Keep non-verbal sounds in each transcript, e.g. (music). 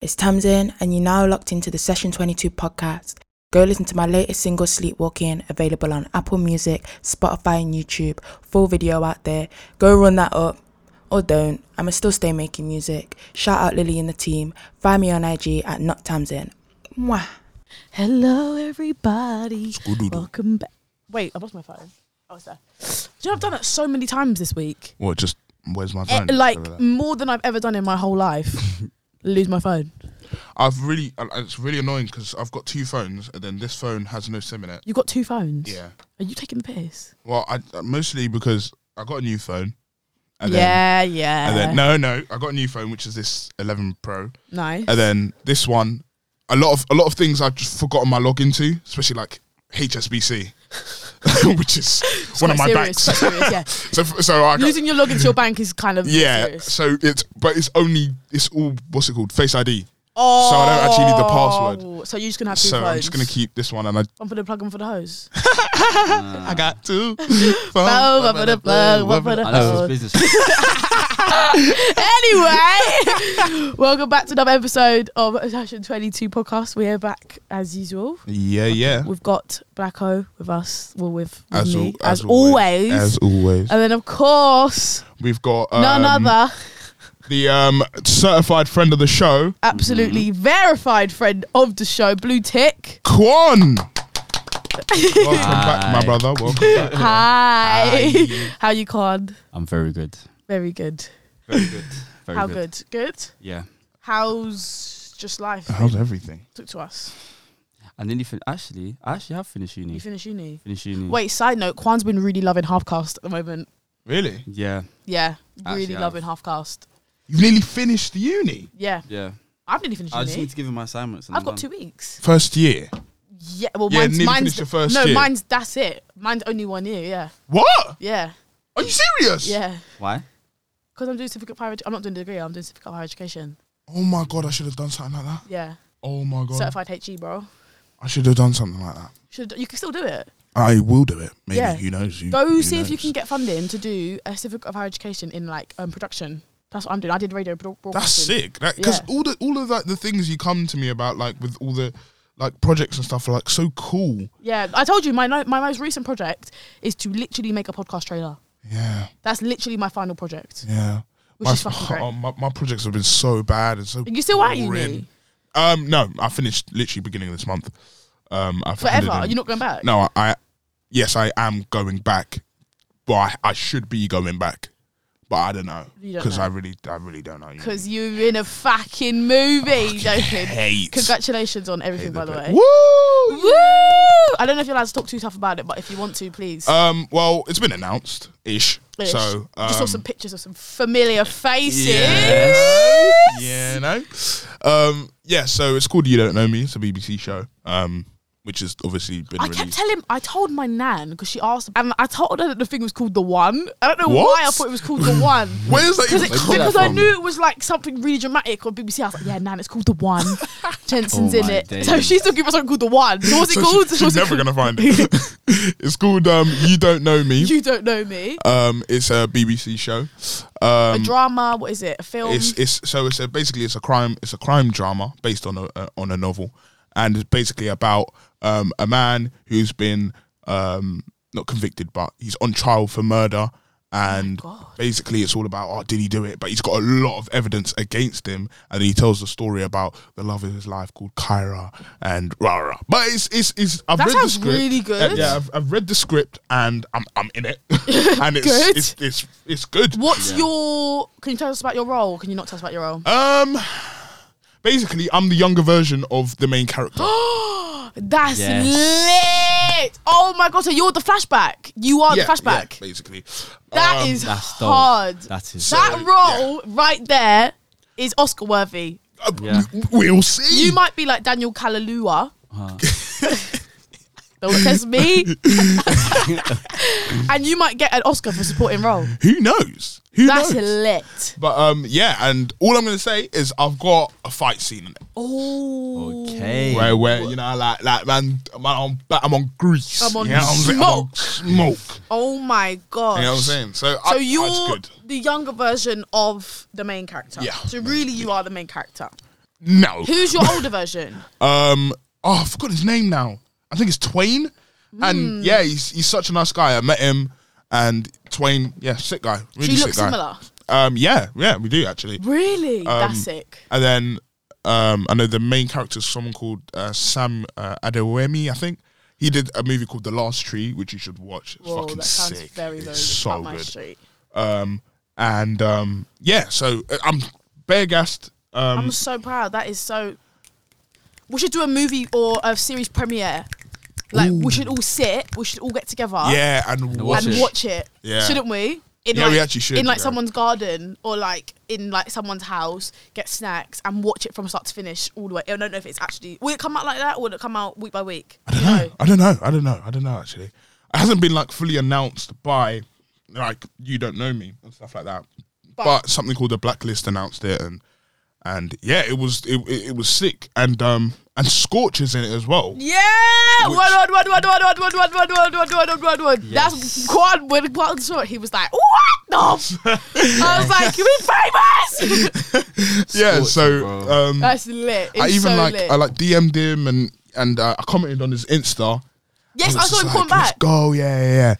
It's Tamsin, and you're now locked into the Session 22 podcast. Go listen to my latest single, Sleepwalking, available on Apple Music, Spotify, and YouTube. Full video out there. Go run that up. Or don't. I'ma still stay making music. Shout out Lily and the team. Find me on IG at Not Tamsin. Mwah. Hello, everybody. Skududu. Welcome back. Wait, I lost my phone. I was there. Do you know I've done that so many times this week? What? Just where's my Eh, phone? like Something that. more than I've ever done in my whole life. (laughs) Lose my phone. I've really, uh, it's really annoying because I've got two phones, and then this phone has no SIM in it. You got two phones. Yeah. Are you taking the piss? Well, I uh, mostly because I got a new phone. And Then, yeah, yeah. and then no, no, I got a new phone, which is this 11 Pro, nice. and then this one. A lot of a lot of things I've just forgotten my login to, especially like HSBC, (laughs) which is It's one of quite my serious, banks. quite serious, yeah. so, so (laughs) I got, Losing your login to your bank is kind of (laughs) yeah. serious. So it's but it's only it's all what's it called Face ID. Oh, I don't actually need the password. So you're just gonna have two So phones. I'm just gonna keep this one, and I One for the plug, one for the hose. I got (laughs) two. Oh, one for the plug, one for the I know hose. this is business. anyway, (laughs) welcome back to another episode of Session 22 podcast. We are back as usual. Yeah, yeah. We've got Blacko with us, well, with, with As, me, al- as, always. Uh, As always. and then, of course, We've got um, none other, the um, certified friend of the show, absolutely verified friend of the show, Blue (coughs) Tick. (laughs) Quan. Welcome back, my Hi. brother. Welcome back. Hi. How you, Con? (laughs) I'm very good. Very good. Very good. Very How good. good? Yeah. How's just life? How's everything? Talk to us. I nearly fin- actually I actually have finished uni. You finished uni. finished uni. Wait, side note, Kwan's been really loving half cast at the moment. Really? Yeah. Yeah, really Actually, I've- loving half cast. You've nearly finished the uni. Yeah, Yeah. I've nearly finished I just uni. need to give him my assignments. And I've I'm got two done. weeks. First year. Yeah, well, Yeah, mine's, nearly mine's finished your first no, year. mine's that's it. Mine's only one year. Yeah, What? yeah, Are you serious? yeah. Why? Because I'm doing certificate of higher. Edu- I'm not doing a degree. I'm doing certificate of higher education. Oh my god, I should have done something like that. Yeah, Oh my god. certified HE, bro. I should have done something like that. Should you can still do it? I will do it. Maybe. Yeah. Who knows? Who, Go who see if you knows? can get funding to do a certificate of higher education in like um, production. That's what I'm doing. I did radio broad- That's broadcasting. sick. Because Yeah. all the all of like the things you come to me about, like with all the like projects and stuff, are like so cool. Yeah, I told you my no- my most recent project is to literally make a podcast trailer. Yeah, That's literally my final project, yeah. which my, is fucking great. (laughs) oh, my, my projects have been so bad and so. Are you still at uni? boring. Um, no, I finished literally beginning of this month. Um, I've handed Forever? in- You're not going back? No, I, I. Yes, I am going back, but I, I should be going back, but I don't know You don't because know. I really, I really (laughs) don't know. Because you're in a fucking movie, joking. (laughs) hate. Congratulations on everything, by the way. Woo! Woo! I don't know if you're allowed to talk too tough about it, but if you want to, please. Um, well, it's been announced ish. Ish. So um, just saw (laughs) some pictures of some familiar faces. Yeah, no. Um, yeah, so it's called You Don't Know Me. It's a BBC show, um, which has obviously been I kept released. telling, I told my nan because she asked, and I told her that the thing was called the one. I don't know What? why I thought it was called the (laughs) one. Where is that Because even it, come because that I from? knew it was like something really dramatic on BBC. I was like, yeah, Nan, it's called The One. (laughs) Jensen's Oh in my it. days. So she's looking for something called The One. So what's So it she- called? So she's what's it never called? gonna find it. (laughs) it's called um, You Don't Know Me. You don't know me. Um, it's a BBC show. a Um, drama. What is it? A film? it's it's so it's a, basically it's a crime it's a crime drama based on a uh, on a novel, and it's basically about um, a man who's been um, not convicted but he's on trial for murder, and Oh God. basically it's all about oh did he do it? But he's got a lot of evidence against him, and he tells the story about the love of his life called Kyra and Rara. But it's it's, it's I've That read sounds the script. really good. Uh, yeah, I've, I've read the script and I'm I'm in it, (laughs) and it's, Good. it's it's it's good. What's your? Can you tell us about your role? Can you not tell us about your role? Um, basically, I'm the younger version of the (gasps) main character. That's yes. lit. Oh my god! So you're the flashback. You are yeah, the flashback. yeah, basically. That Um, is That's dope. hard. That is. that so, role right there is Oscar worthy. uh, Yeah. w- We'll see. You might be like Daniel Kalalua. Don't test (laughs) me. and you might get an Oscar for supporting role. Who knows? Who That's knows? lit. But um, yeah, and all I'm gonna say is I've got a fight scene in it Oh. okay. where where you know like like man, man I'm back, I'm on grease. I'm on you know what saying? I'm on smoke. Oh my god. You know what I'm saying? So, I, So that's you're good. the younger version of the main character. Yeah. So really, you are the main character. No. Who's your older version? Um, oh, I forgot his name now. I think it's Twain. Hmm. And yeah, he's he's such a nice guy. I met him, and Twain, yeah, sick guy. (laughs) Really She sick looks guy. similar. Um, yeah, yeah, we do actually. Really? Um, That's sick. And then um, I know the main character is someone called uh, Sam uh, Adewemi, I think. He did a movie called The Last Tree, which you should watch. It's Whoa, fucking that sounds sick. very, It's very so up my good. street. Um, and um, yeah, so uh, I'm bare gassed. Um, I'm so proud. That is so. We should do a movie or a series premiere. Like we should all sit. We should all get together yeah, and watch watch and it. it. watch it. Yeah. Shouldn't we? In Yeah, like, we actually should, In like yeah. someone's garden or like in like someone's house, get snacks and watch it from start to finish all the way. I don't know if it's actually will it come out like that or will it come out week by week? I don't know. I don't know. I don't know. I don't know. Actually, it hasn't been like fully announced by like you don't know me and stuff like that. But, something called the blacklist announced it, and and yeah, it was it, it, it was sick, and um and Scorch is in it as well. Yeah, one, one, one, one, one, one, one, one, one, one, one, one, one, one. That's God. When God saw it, he was like, "What the?" f-" (laughs) I was like, "You be famous." (laughs) yeah, Scorch, so bro. um, That's lit. It's I even so like lit. I like DM'd him and and uh, I commented on his Insta. yes, I was saw just him like, come Let's back. go, yeah, yeah. yeah.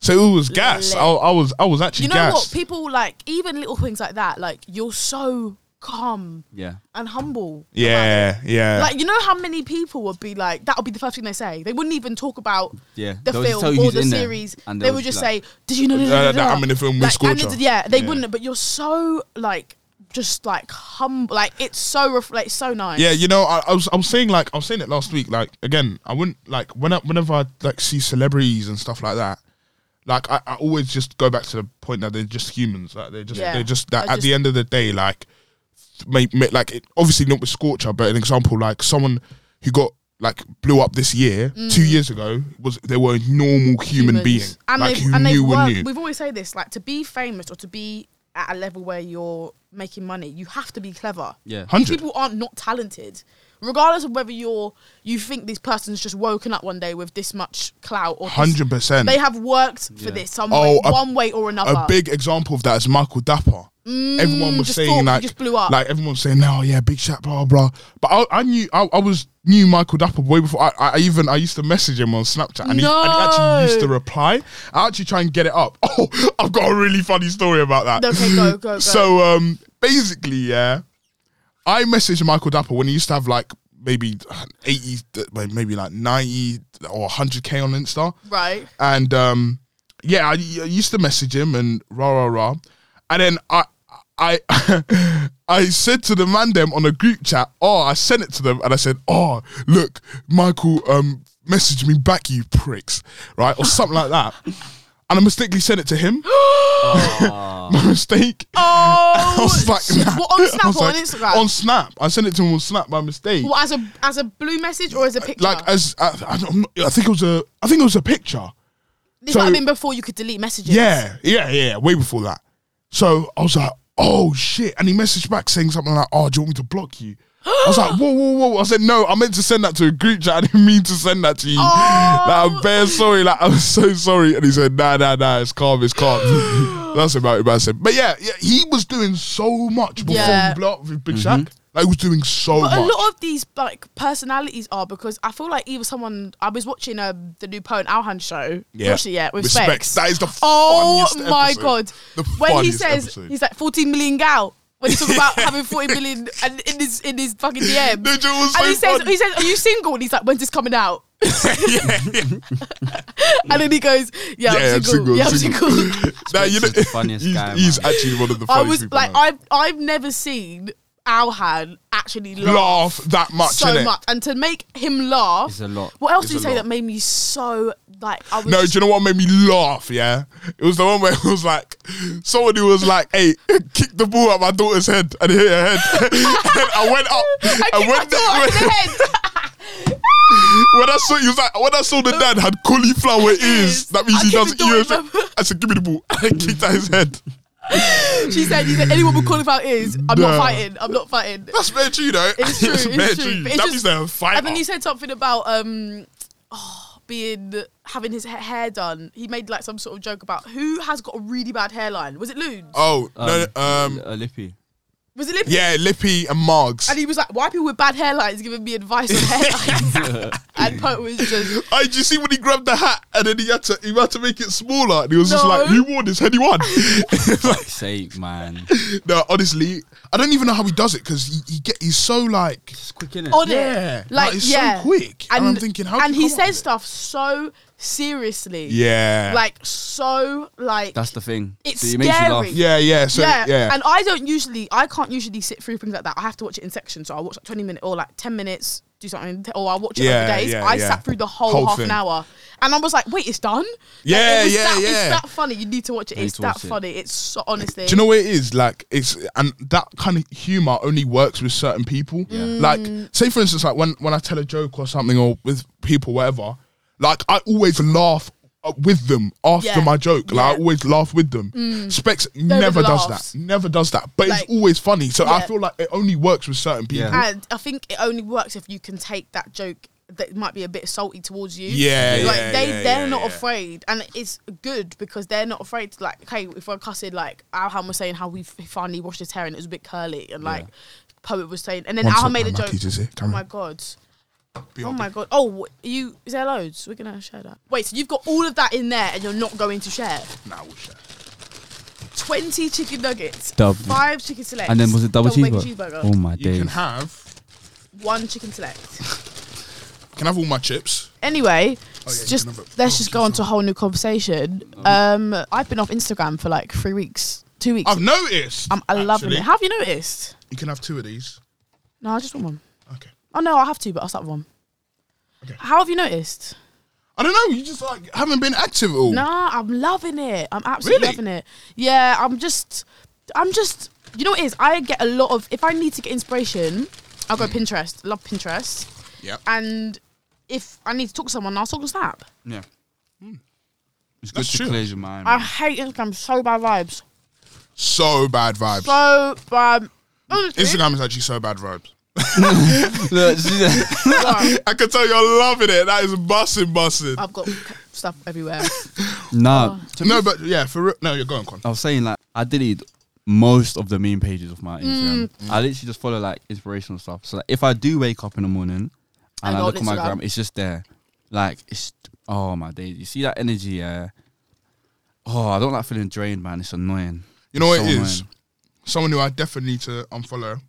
So it was gas. I, Lit. I was I was actually You know gas. what? People like even little things like that. Like you're so calm Yeah. and humble. yeah, yeah. Like you know how many people would be like that would be the first thing they say. They wouldn't even talk about Yeah. the They'll just tell film you or who's the in there, series. and they they'll would just just be say, "Did you know Uh, da, da, da, that da?" I'm in the film with Like, and Scorcher. da- Yeah, they Yeah. wouldn't. But you're so like just like humble. Like it's so ref- like so nice. Yeah, you know, I, I was I was saying like I was saying it last week. Like again, I wouldn't like when I, whenever I like see celebrities and stuff like that. Like I, I always just go back to the point that they're just humans. Like they're just Yeah. they're just that I at the just- end of the day, like make, make like it, obviously not with Scorcher, but an example like someone who got like blew up this year two years ago was they were a normal human Mm. humans. being And like they've, who and they've knew and worked, knew. We've always said this, like to be famous or to be at a level where you're making money, you have to be clever. Yeah. These 100. people aren't not talented. Regardless of whether you're you think this person's just woken up one day with this much clout or this- Hundred percent. they have worked for Yeah. this some Oh, way, a- one way or another. A big example of that is Michael Dapper. everyone Mm, was just saying thought he like, just blew up. like everyone was saying, oh yeah, big shot, blah blah. But I, I knew, I, I was knew Michael Dapper way before. I, I even I used to message him on Snapchat, and, he, and he No. actually used to reply. I actually try and get it up. (laughs) Oh, I've got a really funny story about that. okay, go, go, go. So um, basically, yeah, I messaged Michael Dapper when he used to have like maybe uh, eighty, maybe like ninety or hundred k on Insta right. and um, yeah, I, I used to message him and rah rah rah, and then I. (laughs) I I said to the man them on a group chat, oh, I sent it to them and I said, oh, look, Michael um messaged me back, you pricks, right? Or something (laughs) like that. And I mistakenly sent it (gasps) to him. (laughs) My mistake. Oh, (laughs) (laughs) I was like, shit. nah. What, on Snap (laughs) I was or like, on Instagram? On Snap. I sent it to him on Snap by mistake. What, as a as a blue message or as a picture? Like as I, I, don't know, I think it was a I think it was a picture. this so- might have been before you could delete messages. Yeah, yeah, yeah, way before that. So I was like, oh shit. And he messaged back saying something like, oh, do you want me to (gasps) block you? I was like, whoa, whoa, whoa. I said, no, I meant to send that to a group chat. I didn't mean to send that to you. Oh. (laughs) Like, I'm bare sorry. Like, I'm so sorry. And he said, nah, nah, nah, it's calm, (gasps) it's calm. That's about it, man. I said, But yeah, yeah, he was doing so much before Yeah. he blew up with Big Mm-hmm. Shaq. Like, he was doing so But much. a lot of these like personalities are because I feel like either someone I was watching uh, the new Poe and Alhan show. Yeah. Watched it yet with Respect. Specs. That is the Oh funniest my episode. god! The when he funniest says episode. he's like 14 million gal. When he talks about having 40 million and in his in his (laughs) fucking DM. Dude, it was and so he says (laughs) funny. he says, Are you single? And he's like, When's this coming out? and then he goes, Yeah, Yeah, I'm single. Yeah, I'm single. (laughs) Nah, you know, Spencer's the (laughs) funniest he's, guy, he's actually one of the I funniest was people like, know. I've I've never seen Alhan actually laugh laugh that much, so innit? much, and to make him laugh It's a lot. What else It's did you a say lot. that made me so like? I was No, do just- you know what made me laugh? Yeah, it was the one where it was like somebody was like, "Hey, (laughs) kick the ball at my daughter's head and hit her head." (laughs) and I went up. (laughs) I and kicked my when, the- daughter in the head. (laughs) when- when I saw he was like, when I saw the dad had cauliflower ears, that means I he kicked does the door ears. in my- I said, "Give me the ball," (laughs) and I kicked at his head. She said, "You said anyone would qualify is. I'm Nah. not fighting. I'm not (laughs) fighting." That's very true, though. It's true. That's it's bare true. true. but That it's means just- they're a fighter. And then you said something about um, oh, being having his ha- hair done. He made like some sort of joke about who has got a really bad hairline. Was it Loons? (laughs) oh no, no, um, a lippy. Was it Lippy? Yeah, Lippy and Margs. And he was like, "Why people with bad hairlines giving me advice (laughs) on hairlines?" (laughs) and Poet was just, I just see when he grabbed the hat and then he had to he had to make it smaller and he was just No. like, "Who wore this? Anyone?" Fuck's sake, man. (laughs) no, honestly, I don't even know how he does it because he, he get he's so like It's quick, innit? On it. yeah, Like, it's yeah. so quick. And, I'm thinking, how? do and you he come up says with stuff so seriously, it? yeah, like so, like That's the thing. It's So it makes you laugh. scary. yeah, yeah, so yeah, And I don't usually, I can't usually sit through things like that. I have to watch it in sections. So I watch like 20 minutes or like 10 minutes, do something, or I watch it Yeah, over days. yeah, I yeah. sat through the whole, Whole half thing. an hour. And I was like, wait, it's done? Like, Yeah, it was yeah, that, yeah. It's that funny. You need to watch it. Need It's to that watch it. funny. It's so, honestly. Do you know what it is? Like it's and that kind of humor only works with certain people. Like say for instance, like when when I tell a joke or something or with people, whatever. Like I always laugh uh, with them after Yeah. my joke. Like I Yeah. Mm. always laugh with them. Specs never does laughs. that. Never does that. But Like- it's always funny. So I Yeah. feel like it only works with certain people. Yeah. And I think it only works if you can take that joke that might be a bit salty towards you. Yeah, like yeah, they yeah, they're yeah, not yeah. afraid, and it's good because they're not afraid. To, like, hey, if we're cussing, like Alham was saying how we f- finally washed his hair and it was a bit curly, and like poet was saying, and then One Alham sec, made my a joke. Mackey's is here. Oh Carry my on. god. Be Oh on. my god! Oh, what- you is there loads? We're gonna share that. Wait, so you've got all of that in there, and you're not going to share Nah, we'll share. twenty chicken nuggets, Double. five chicken selects, And then was it double, bacon cheeseburger? Oh my You can days. have one chicken select. can have all my chips. Anyway, yeah, you just can have Oh. it. let's Oh, just please go on don't. to a whole new conversation. Um, I've been off Instagram for like three weeks, two weeks. I've noticed. I'm, I'm loving actually. Um, it. Have you noticed? You can have two of these. No, I just want one. Okay. Oh no, I have two, but I'll start with one. Okay. How have you noticed? I don't know. You just like haven't been active at all. Nah, I'm loving it. I'm absolutely Really? loving it. Yeah, I'm just, I'm just. You know what it is? I get a lot of. If I need to get inspiration, I'll Mm. go Pinterest. Love Pinterest. Yeah. And if I need to talk to someone, I'll talk on Snap. Yeah. Hmm. It's good That's to true. clear your mind. I Mm. man. hate Instagram. So bad vibes. So bad vibes. So bad. Honestly, Instagram is actually so bad vibes. (laughs) (laughs) Look, she's- I can tell you're loving it. That is bussin' bussin'. I've got c- stuff (laughs) everywhere. nah, Oh. no, but yeah, for real. No, you're going con. I was saying like I deleted most of the main pages of my Instagram. Mm. I literally just follow like inspirational stuff. So like, if I do wake up in the morning and go I, on look at my Instagram. gram, it's just there. Like it's oh my days. You see that energy? Yeah. Oh, I don't like feeling drained, man. It's annoying. You know what It's it so is? Someone who I definitely need to unfollow.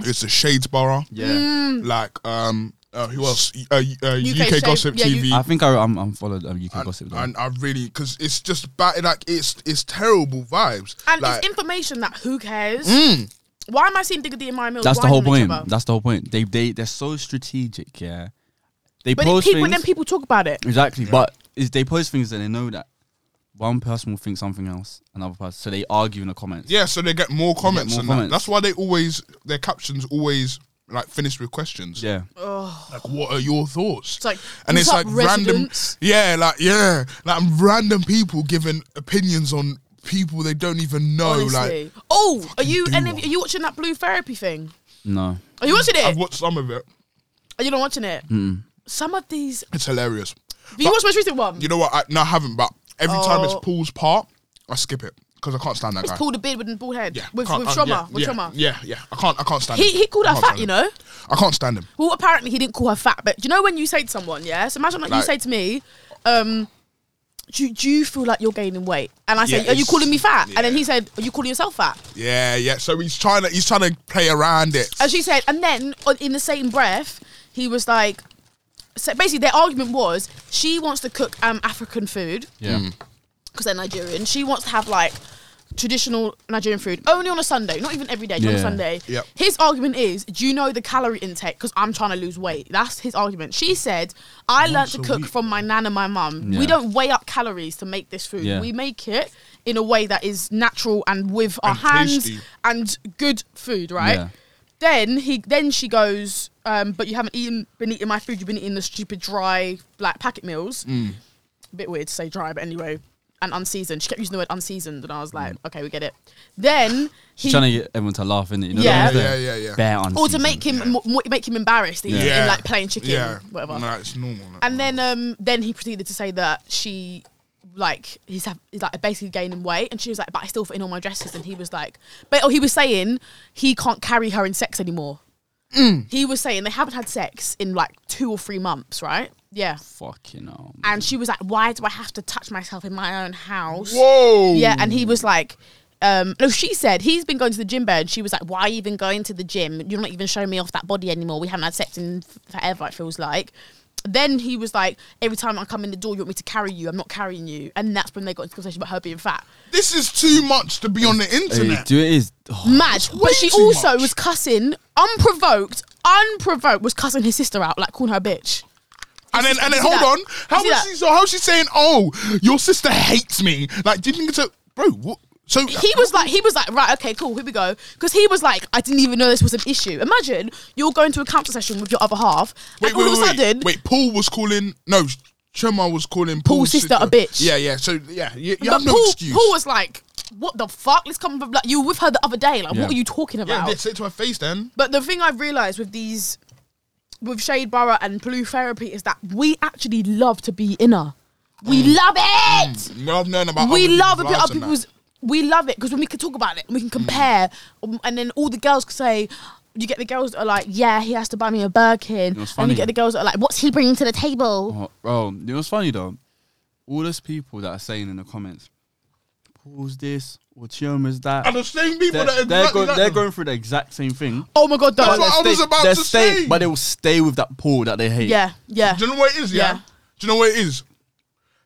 It's the Shades Borough. annoying. Mm. Like, um, uh, who else? Uh, uh, UK, Shade- Gossip yeah, TV. you- Yeah. I think I I'm, I'm followed um, UK gossip. and, though. and I really because it's just bad. Like it's it's terrible vibes. And like, Mm. it's information that who cares? Why am I seeing Diggity in my meal? That's the whole point. But That's the whole point. They they they're so strategic. Yeah. They then post people, things. then people talk about it. Exactly, but is they post things and they know that one person will think something else, another person, so they argue in the comments. yeah, so they get more comments. more and comments. That. That's why they always their captions always like finish with questions. yeah. Like, what are your thoughts? It's like, and what's it's up, like random, residents? yeah, like yeah, like random people giving opinions on people they don't even know. Honestly. Like oh, are you do any, of- one. are you watching that Blue Therapy thing? No, Are you watching it? I've watched some of it. are you not watching it? Some of these. It's hilarious. Have you watched my most recent one? You know what? I, no, I haven't. But every time it's Oh. Paul's part, I skip it because I can't stand that it's guy. Paul the Beard with the bald head. yeah, with can't- with uh, Trauma. yeah, with yeah, Trauma. Yeah, yeah. I can't. I can't stand He, him. he called her I can't fat, stand you him. know? I can't stand him. Well, apparently he didn't call her fat, but do you know when you say to someone, yeah? So imagine like, you Like- say to me, um, do, do you feel like you're gaining weight? And I say, Yeah, are you it's- calling me fat? And then yeah. he said, are you calling yourself fat? Yeah, yeah. So he's trying to. He's trying to play around it. And she said, and then on- in the same breath, he was like, so basically their argument was she wants to cook um, African food yeah, Mm. because they're Nigerian. She wants to have like traditional Nigerian food only on a Sunday, not even every day, just on a Yeah. Sunday. Yep. His argument is, do you know the calorie intake? Because I'm trying to lose weight. That's his argument. She said, I learnt to a cook week, from my nan and my mum. We Yeah. don't weigh up calories to make this food. Yeah. We make it in a way that is natural and with our And hands tasty. and good food, right? Yeah. Then he, then she goes, um, but you haven't eaten, been eating my food. You've been eating the stupid dry like packet meals bit weird to say dry, but anyway, and unseasoned. She kept using the word unseasoned, and I was like, okay, we get it. Then he, trying to get everyone to laugh in it. You know Yeah. yeah. Yeah, yeah, yeah. Bare on. or to make him mo- mo- make him embarrassed, that he's Yeah. eating, like plain chicken, yeah, whatever. No, it's normal. And then, um, then he proceeded to say that she like he's, have, he's like basically gaining weight, and she was like, "But I still fit in all my dresses." And he was like, "But oh, he was saying he can't carry her in sex anymore." Mm. He was saying they haven't had sex in like two or three months, right? Yeah. Fucking hell. man. And she was like, "Why do I have to touch myself in my own house?" Whoa. Yeah, and he was like, um, no, she said he's been going to the gym, bear, and she was like, "Why are you even going to the gym? You're not even showing me off that body anymore. We haven't had sex in f- forever. It feels like." Then he was like, "Every time I come in the door, you want me to carry you. I'm not carrying you." And that's when they got into conversation about her being fat. This is too much to be on the Hey, internet. do it is. oh, Mad, That's way but she too also much. was cussing unprovoked, unprovoked was cussing his sister out, like calling her a bitch. and then, and then, You see hold on. that? How You see is that? she? So how's she saying? Oh, your sister hates me. Like, do you think it's a bro? What? So he was like, he was like, right, okay, cool, here we go. Because he was like, I didn't even know this was an issue. Imagine you're going to a council session with your other half, Wait, and all wait, of a wait, sudden, wait, wait. Paul was calling. No, Chema was calling Paul's sister a bitch. Yeah, yeah. So yeah, you, you but have no Paul, excuse. Paul was like, what the fuck? Let's come from like you were with her the other day. Like, Yeah. what are you talking yeah, about? they say it to her face then. but the thing I've realised with these, with Shade Borough and Blue Therapy is that we actually love to be inner. We Mm. love it. Well, I've known about we other love it. people's lives Other and that. people's, we love it because when we can talk about it, we Mm. can compare, um, and then all the girls could say. You get the girls that are like, yeah, he has to buy me a Birkin, That's and funny. you get the girls that are like, what's he bringing to the table? Oh, bro, it was funny though. All those people that are saying in the comments, Paul's this, or Chioma's that. And the same people They're, that are they're, exactly go- like they're them. going through the exact same thing. Oh my god, no, That's what I was about they're to stay- say. But they will stay with that Paul that they hate. yeah, yeah. Do you know what it is? Yeah? Yeah. Do you know what it is?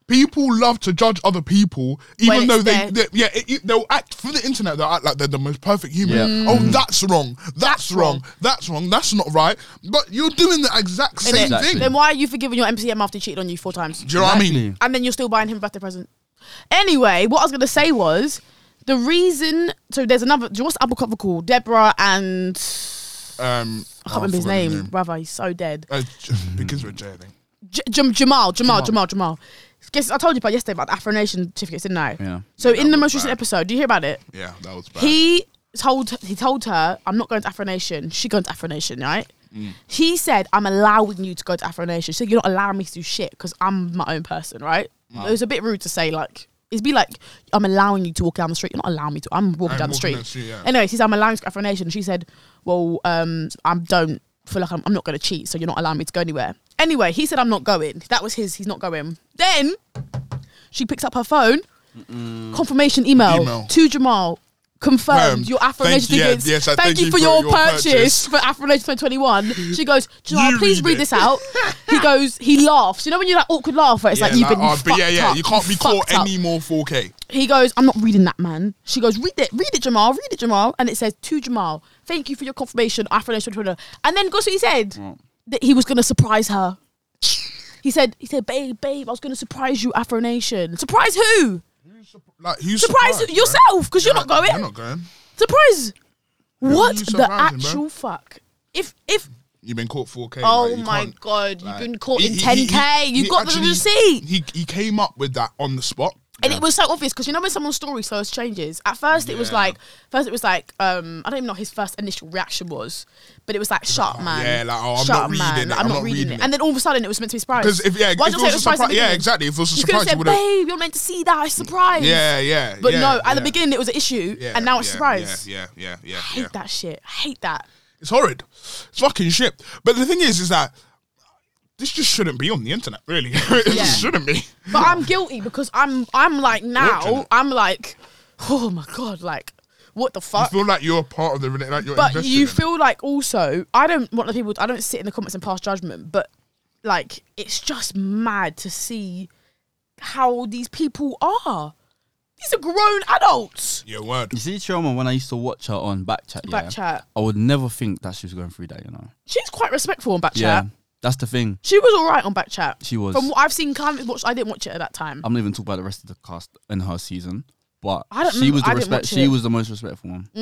People love to judge other people, even it's though they, their- they- yeah, it, it- they'll act for the internet. They'll act like they're the most perfect human. Yeah. Mm. Oh, that's wrong. That's, That's wrong. wrong. That's wrong. That's not right. But you're doing the exact same Innit? Exactly. thing. Then why are you forgiving your MCM after he cheated on you four times? Do you know what I mean? Exactly. And then you're still buying him a birthday present. Anyway, what I was gonna say was the reason. So there's another. Do you know what's the apple cover called? Deborah and Um, I can't remember his name. Brother, he's so dead. Uh, j- begins with J, I think. J- Jam- Jamal, Jamal, Jamal, Jamal. Guess I told you about yesterday about the Afro Nation certificates, didn't I? Yeah. So Yeah, in the that was most recent bad. episode, do you hear about it? Yeah, that was bad. He told he told her, "I'm not going to Afro Nation." She going to Afro Nation, right? Mm. He said, "I'm allowing you to go to Afro Nation." So you're not allowing me to do shit because I'm my own person, right? It was a bit rude to say like. It'd be like I'm allowing you to walk down the street. You're not allowing me to. I'm walking I'm down the walking street. down the street, yeah. Anyway, she said I'm allowing you to go to Afro Nation. She said, "Well, um, I don't feel like I'm, I'm not going to cheat, so you're not allowing me to go anywhere." Anyway, he said I'm not going. That was his. He's not going. Then she picks up her phone. Confirmation email, Email. to Jamal. Confirmed Confirmed. your Afro Thank- Nation tickets. yeah, yes, I thank, you, for, your, purchase, purchase. for Afro Nation 2021. She goes, Jamal, You please read read it." this out. He (laughs) goes, he laughs. You know when you're like awkward laugh where it's like you've been oh, fucked but yeah, yeah, up, you can't be caught fucked up." any more 4K. He goes, I'm not reading that, man. She goes, read it, read it, Jamal, read it, Jamal. And it says, to Jamal, thank you for your confirmation, Afro Nation 2021. And then guess what he said? That he was going to surprise her. He said, he said, babe, babe, I was going to surprise you, Afro Nation. Surprise who? Like, who's Surprise surprised, yourself, because you're bro? not going. You're not going. Surprise! What you the surprising, bro? actual fuck? If if You've been caught 4K. oh like, you my can't- god, like- you've been caught He- in he- 10k. he- You he got the actually- receipt, He he came up with that on the spot. and it was so obvious because you know when someone's story slows changes. At first, it was Yeah. like first it was like um I don't even know what his first initial reaction was, but it was like sharp man. yeah, like, oh, I'm sharp not reading man. it, like, I'm not reading it. And then all of a sudden, it was meant to be surprise. Because if yeah, Why did if it you say was surprise? a at surprise, the yeah, beginning? exactly. If it was a You could have surprise, you said, would have. "Babe, you're meant to see that. I surprise." Yeah, yeah. But yeah, no, at the yeah. beginning it was an issue, Yeah, and now it's yeah, surprise. Yeah, yeah, yeah, I yeah. hate that shit. I hate that. It's horrid. It's fucking shit. But the thing is, is that this just shouldn't be on the internet, really. (laughs) it Yeah. just shouldn't be. But I'm guilty because I'm I'm like now Fortunate. I'm like, oh my god, like what the You fuck? feel like you're a part of the rela- like you're But invested you in it. feel like also I don't want the people. I don't sit in the comments and pass judgment, but like it's just mad to see how these people are. These are grown adults. Yeah, word. You see, Chioma, when I used to watch her on Backchat, yeah, Backchat. I would never think that she was going through that, you know? She's quite respectful on Backchat. Yeah. That's the thing. She was all right on Backchat. She was. From what I've seen, kind of watched. I didn't watch it at that time. I'm not even talking about the rest of the cast in her season, but I don't she remember- was the I didn't respect. watch She it. Mm. was the most respectful one. I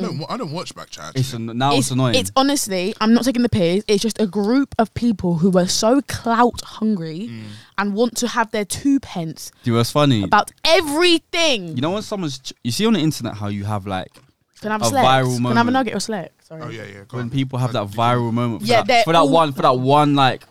don't. wa- I don't watch back chat. It's an, now it's, it's, annoying. it's honestly, I'm not taking the piss. It's just a group of people who are so clout hungry Mm. and want to have their two pence it was funny. about everything. you know when someone's ch- you see on the internet how you have like Can I have a a, select? viral Can I have a moment. nugget or select? Sorry. Oh yeah, yeah. go when on. people have that viral moment for Yeah, that, they're for that all- one for that one like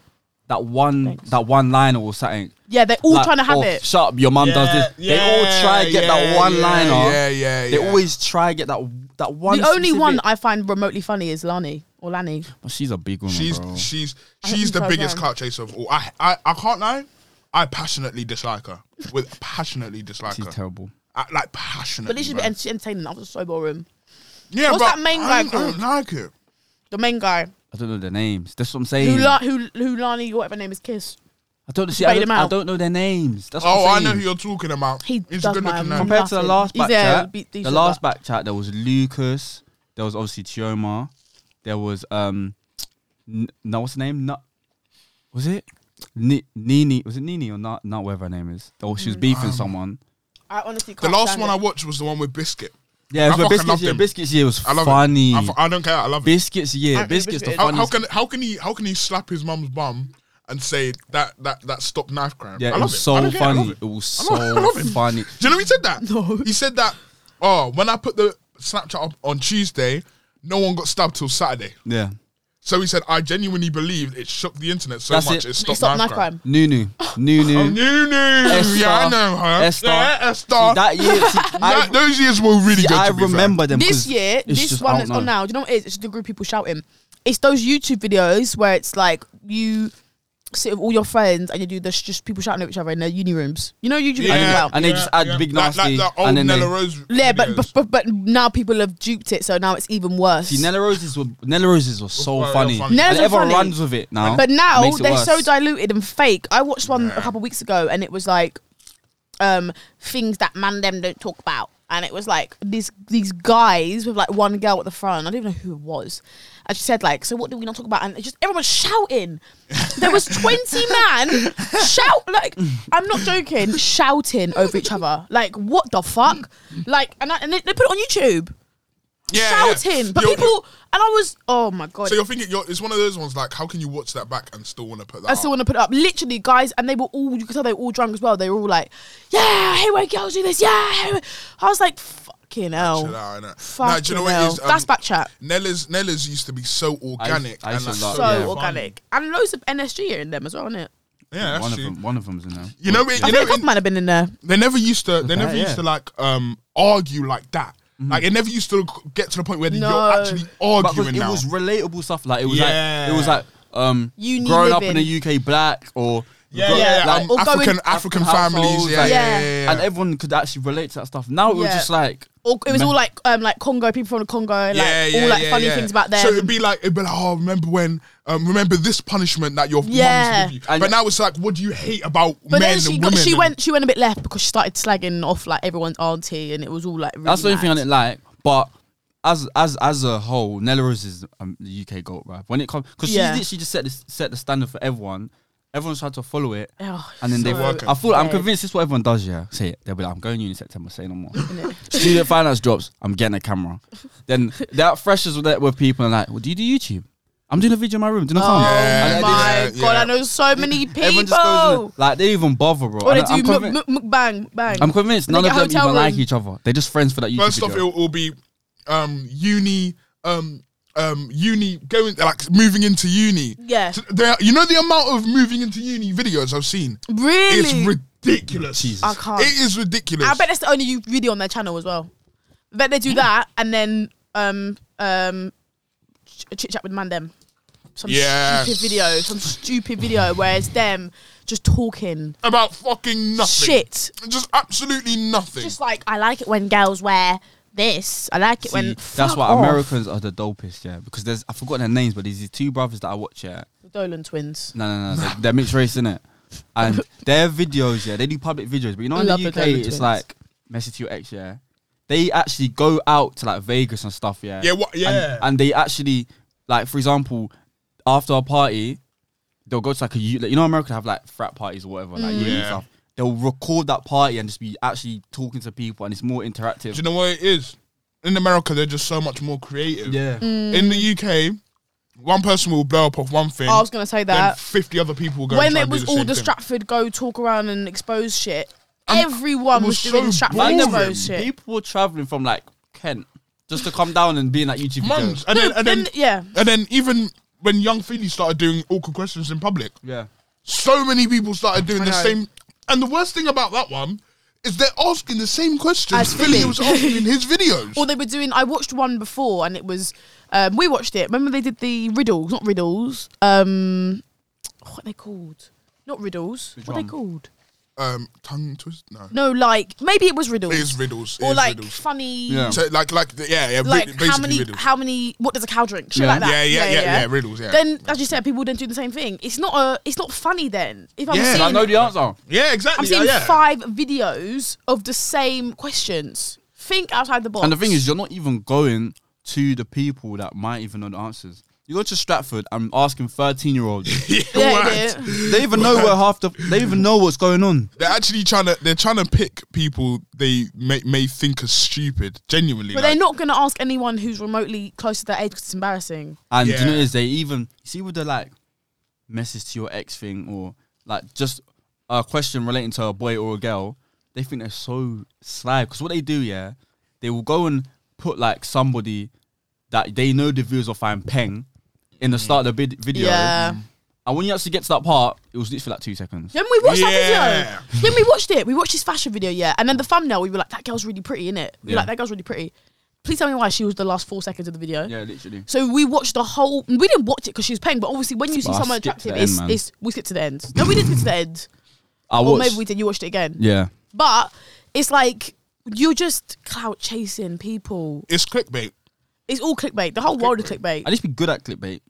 that one that one liner or something. Yeah, they're all like, trying to have oh, it. Shut up, your mum does this. they all try to get that one liner. Yeah, yeah, yeah. They always try to get that that one. The only specific- one I find remotely funny is Lani or Lani. But she's a big one, She's bro. she's think she's the so, biggest yeah. clout chaser of all. I, I I can't lie. I passionately dislike her. (laughs) With passionately dislike she's her. terrible. I, like passionately. But this should be bro. ent- entertaining. I was so boring. yeah, what's but that main guy I don't- I don't like it. The main guy I don't know their names. That's what I'm saying. who, La- who, who Lani, whatever her name is, Kiss. I don't see. Spade I don't, them I out. don't know their names. That's Oh, what I I'm know saying. who you're talking about. He He's does a good my mum. looking man. Compared to the Nothing. last He's back there, chat, be- the decent, last but- back chat there was Lucas. There was obviously Chioma. There was um, N- no, what's the name? Nut. Was it Ni- Nini? Was it Nini or not? Not whatever her name is. Oh, Mm. she was Um, beefing someone. I honestly The can't. last one I watched was the one with Biscuit. Yeah, it I was with fucking biscuits. loved Yeah, him. biscuits. Yeah, was I love funny. it. I, fu- I don't care. I love it. biscuits. Yeah, I- biscuits. The Biscuits- How, how funniest. can how can he how can he slap his mum's bum and say that that that stop knife crime? yeah, I it love was I so don't care, I love funny. it. It was I love- I so love him. funny. Do you know he said that? No. He said that. Oh, when I put the Snapchat up on Tuesday, no one got stabbed till Saturday. Yeah, So he said, I genuinely believed it shook the internet so That's much it. it, stopped It's not knife knife crime. crime. Nunu, Oh, Nunu, no, no. Esther, Yeah, I know her. Esther. Yeah, Esther. See, that year, see, (laughs) I, That- those years were really see, good. I to be fair. remember them. 'cause This year, it's this just one out that's on now, do you know what it is? It's just a group of people shouting. It's those YouTube videos where it's like you sit with all your friends and you do this, just people shouting at each other in their uni rooms. You know YouTube Yeah, videos about. and they just add big Like- nasty, Like, the old and then Nella they- Rose. Yeah, but, videos. but but but now people have duped it, so now it's even worse. See, Nella Roses were Nella Roses was so Well, they're funny. funny. Nella's and everyone funny. runs with it now. But now Makes it they're so worse. diluted and fake. I watched one Yeah. a couple of weeks ago, and it was like um, things that man them don't talk about, and it was like these these guys with like one girl at the front. I don't even know who it was. And she said like, "So what do we not talk about?" And it's just everyone shouting. There was (laughs) twenty man shout like I'm not joking, shouting over each other. Like what the fuck? Like and, I, and they, they put it on YouTube. Yeah, yeah. shouting, but You're- people and I was oh my god! So you're thinking you're, it's one of those ones like how can you watch that back and still want to put that? I still up? want to put it up. Literally, guys, and they were all, you could tell they were all drunk as well. They were all like, yeah, hey, where girls do this, yeah. Hey, where-" I was like, fucking hell. Chill out, innit? Fucking Nah, do you know what it hell. is? Um, That's back chat. Nella's Nella's used to be so organic I used and to like, love- So yeah. organic. And loads of NSG are in them as well, isn't it? Yeah, one that's of true. them, one of them's in there. You know, it- I you think know, a couple it- might have been in there. they never used to. They never Yeah, used yeah. Mm-hmm. to like um argue like that. Like it never used to get to the point where No. you're actually But 'cause arguing it now. was relatable stuff. Like it was like Yeah. it was like um Uni growing up in living. the UK black or yeah, grow- yeah, yeah. like- um, or going- African African families. households, Yeah, yeah, like- yeah, yeah, yeah. and everyone could actually relate to that stuff. Now it was Yeah. just like Or it was Man. all like um like Congo, people from the Congo, like all like funny yeah. things about them. So it'd be like it'd be like, oh, remember when? Um, remember this punishment that your Yeah. mum's give you. And- but now it's like, what do you hate about but men then she and got, women? she and- went she went a bit left because she started slagging off like everyone's auntie and it was all like really that's the only thing I mad. didn't like. But as as as a whole, Nella Rose is um, the UK goat rap. When it comes because Yeah. she literally just set this, set the standard for everyone. Everyone's tried to follow it, Oh, and then they so work it. I feel I'm dead. convinced this is what everyone does. Yeah, say it. They'll be like, I'm going uni in September. Say (laughs) no more. Student finance drops. I'm getting a camera. (laughs) Then that freshers with that with people and like, well, do you do YouTube? I'm doing a video in my room. Do you know Oh what Yeah, I'm my yeah, god! yeah. I know so many people. Everyone just goes in, like they don't even bother, bro. Or And they I'm, do convinced, muk- muk- mukbang, bang. I'm convinced and they none of get them even hotel like room. each other. They're just friends for that YouTube First off, video. it will be um, uni, um, um, uni going like moving into uni. Yeah. So there, you know the amount of moving into uni videos I've seen. Really? It's ridiculous. Jesus. I can't. It is ridiculous. I bet that's the only you- video on their channel as well. I bet they do that and then um um ch- chit chat with Mandem. Some Yes. stupid video, some stupid video where it's them just talking about fucking nothing. shit. Just absolutely nothing. Just like I like it when girls wear this. I like it See, when that's fuck why off. Americans are the dopest, yeah. Because there's I forgot their names, but there's these two brothers that I watch, yeah. The Dolan twins. No, (laughs) no, no, they're, they're mixed race, innit? And their videos, yeah, they do public videos, but you know in Love the the UK, Dolan it's twins. like message to your ex, yeah. They actually go out to like Vegas and stuff, yeah. yeah, what? Yeah. and, and they actually like for example after a party they'll go to like a u- like, you know America have like frat parties or whatever Mm. like uni Yeah. stuff they'll record that party and just be actually talking to people and it's more Do interactive you know what it is? In America, they're just so much more creative. yeah Mm. In the UK, one person will blow up off one thing. I was gonna say then that. 50 other people will go and when try it and do was the all same the thing. Stratford go talk around and expose shit, And everyone it was, was doing so Stratford boring. Like, never, expose shit. people were traveling from like Kent just to come down and be in E like YouTube Mums. videos (laughs) And No, then, and then, yeah, and then even when young Feely started doing awkward questions in public, yeah So many people started doing I the know. same. And the worst thing about that one is they're asking the same questions As Philly Philly. was asking in his videos. (laughs) Or they were doing. I watched one before, and it was um, we watched it. Remember they did the riddles, not riddles. Um, what are they called? Not riddles. Which what are they one? called? um, tongue twist? No. No, like maybe it was riddles It is riddles. It or is like riddles. funny. Yeah. So, like, like, the- yeah, yeah, rid- Like basically how many? riddles. How many? What does a cow drink? Shit Yeah. like that. yeah, yeah, yeah, yeah, riddles, yeah. Then, as you said, people then do the same thing. It's not a. It's not funny then. If I'm Yeah. seeing, I know the answer. yeah, exactly. I'm seeing yeah, yeah. (laughs) five videos of the same questions. Think outside the box. And the thing is, you're not even going to the people that might even know the answers. You go to Stratford. I'm asking 13 year (laughs) olds. yeah, Whacked. yeah. they even know where half the. They even know what's going on. They're actually trying to. They're trying to pick people they may, may think are stupid. Genuinely, But like, they're not going to ask anyone who's remotely close to their age because it's embarrassing. And do you know Yeah. what it is they even see with the like message to your ex thing or like just a question relating to a boy or a girl. They think they're so sly because what they do, yeah, they will go and put like somebody that they know the viewers will find peng in the start of the vid- video. Yeah. And when you actually get to that part, it was literally like two seconds. Then we watched Yeah. that video. Then we watched it. We watched this fashion video, yeah. And then the thumbnail, we were like, that girl's really pretty, innit? We were Yeah. like, that girl's really pretty. Please tell me why she was the last four seconds of the video. Yeah, literally. So we watched the whole. We didn't watch it because she was paying, but obviously when you see But I someone skipped to attractive, the it's, end, man. it's we skip to the end. No, we didn't skip to the end. I Or watched. maybe we did. You watched it again. yeah. But it's like you're just clout chasing people. It's clickbait. It's all clickbait. The whole world is clickbait. I just be good at clickbait.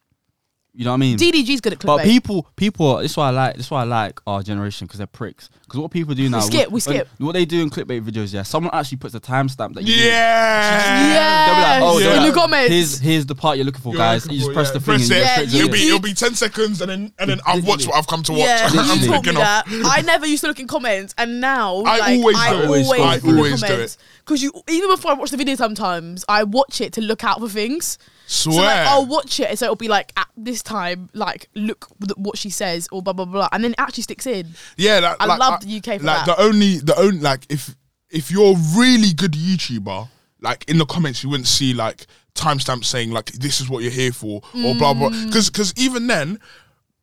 You know what I mean? DDG's good at clickbait. but people, people, this is why I like, this is why I like our generation because they're pricks. Because what people do now, skip, we when- skip. What they do in clickbait videos, yeah, someone actually puts a timestamp that you. do. Yeah. They'll be like, Yes, oh, they'll be in like, the comments. Here's here's the part you're looking for, guys. You're you just looking press for- the thing. it. and you Yeah, go straight you- to it'll it. be it'll be ten seconds, and then and then I've watched what I've come to watch. Yeah, (laughs) I'm you taught me kicking that. off. I never used to look in comments, and now I like, always I do it. always, I look in always do it. because you even before I watch the video, sometimes I watch it to look out for things. Swear. So like, oh, I'll watch it, so it'll be like at this time, like look th- what she says or blah blah blah, and then it actually sticks in. Yeah, like, I like, love the UK for like that. the only, the only, like if if you're a really good YouTuber, like in the comments you wouldn't see like timestamps saying like this is what you're here for or blah blah. Mm. Because because even then,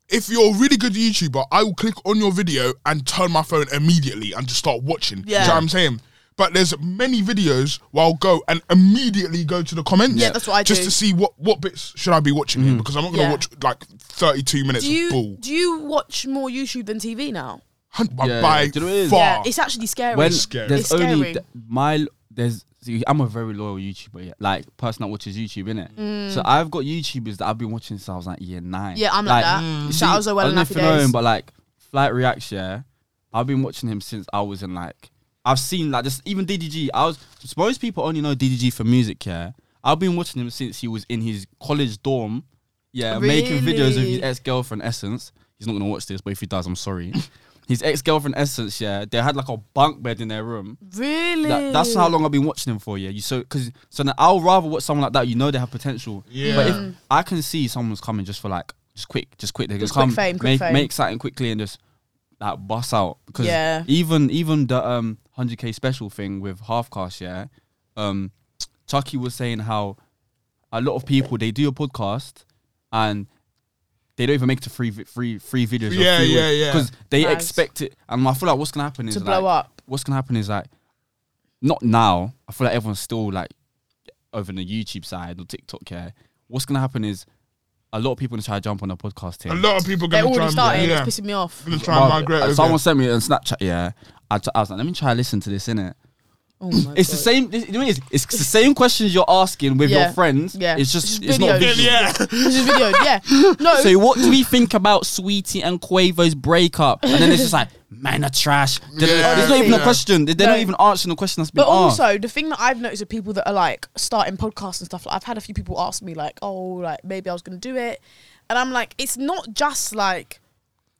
if you're a really good YouTuber, I will click on your video and turn my phone immediately and just start watching. Do you know Yeah. what I'm saying? But there's many videos where I'll go and immediately go to the comments. Yeah, that's what I just do. to see what what bits should I be watching Mm. here because I'm not gonna Yeah. watch like 32 minutes Do you of bull do you watch more YouTube than TV now? Hun- by Yeah, by yeah. Do you know what it is? far. Yeah, it's actually scary. when scary. there's It's only scary. th- my there's see, I'm a very loyal YouTuber, yeah, like person that watches YouTube, innit? So I've got YouTubers that I've been watching since I was like year nine. Mm. Yeah, I'm like that. you Mm. Shout out Zoe I Welland, don't know if you Happy know Days. him, but like Flight Reacts, yeah, I've been watching him since I was in like I've seen like just even DDG. I was most people only know DDG for music, yeah. I've been watching him since he was in his college dorm, yeah, making videos of his Really? ex girlfriend Essence. He's not gonna watch this, but if he does, I'm sorry. (laughs) His ex girlfriend Essence, yeah, they had like a bunk bed in their room. really, That, that's how long I've been watching him for. Yeah, you so because so now I'll rather watch someone like that. You know they have potential. But Yeah. if I can see someone's coming just for like just quick, just quick, they can Just quick come fame, quick make fame. make something quickly and just like bust out. Because Yeah. even even the um hundred k special thing with half cast, yeah. Um, Chucky was saying how a lot of people they do a podcast and they don't even make it to free free free videos. Yeah, yeah, yeah. Because they Nice. expect it, and I feel like what's gonna happen is To like, blow up. What's gonna happen is like, not now. I feel like everyone's still like over on the YouTube side or TikTok. Yeah, what's gonna happen is a lot of people are gonna try to jump on a podcast here. A lot of people they're gonna try already and, starting. yeah, Mm. It's pissing me off. gonna try and Well, migrate. uh, over. someone sent me on Snapchat. Yeah, I t- I was like, let me try and listen to this innit? Oh my It's the God. same. It's, you know what it is? It's the same questions you're asking with Yeah. your friends. Yeah. it's just It's just it's not videos. yeah, visual. yeah. This is video, (laughs) yeah. No, So what do we think about Sweetie and Quavo's breakup? And then it's just like, man, are trash. They're- (laughs) Yeah. There's not even a Yeah. question. They're No. not even answering the question that's been But asked. also, the thing that I've noticed with people that are like starting podcasts and stuff, like I've had a few people ask me, like, oh, like maybe I was going to do it. And I'm like, it's not just like,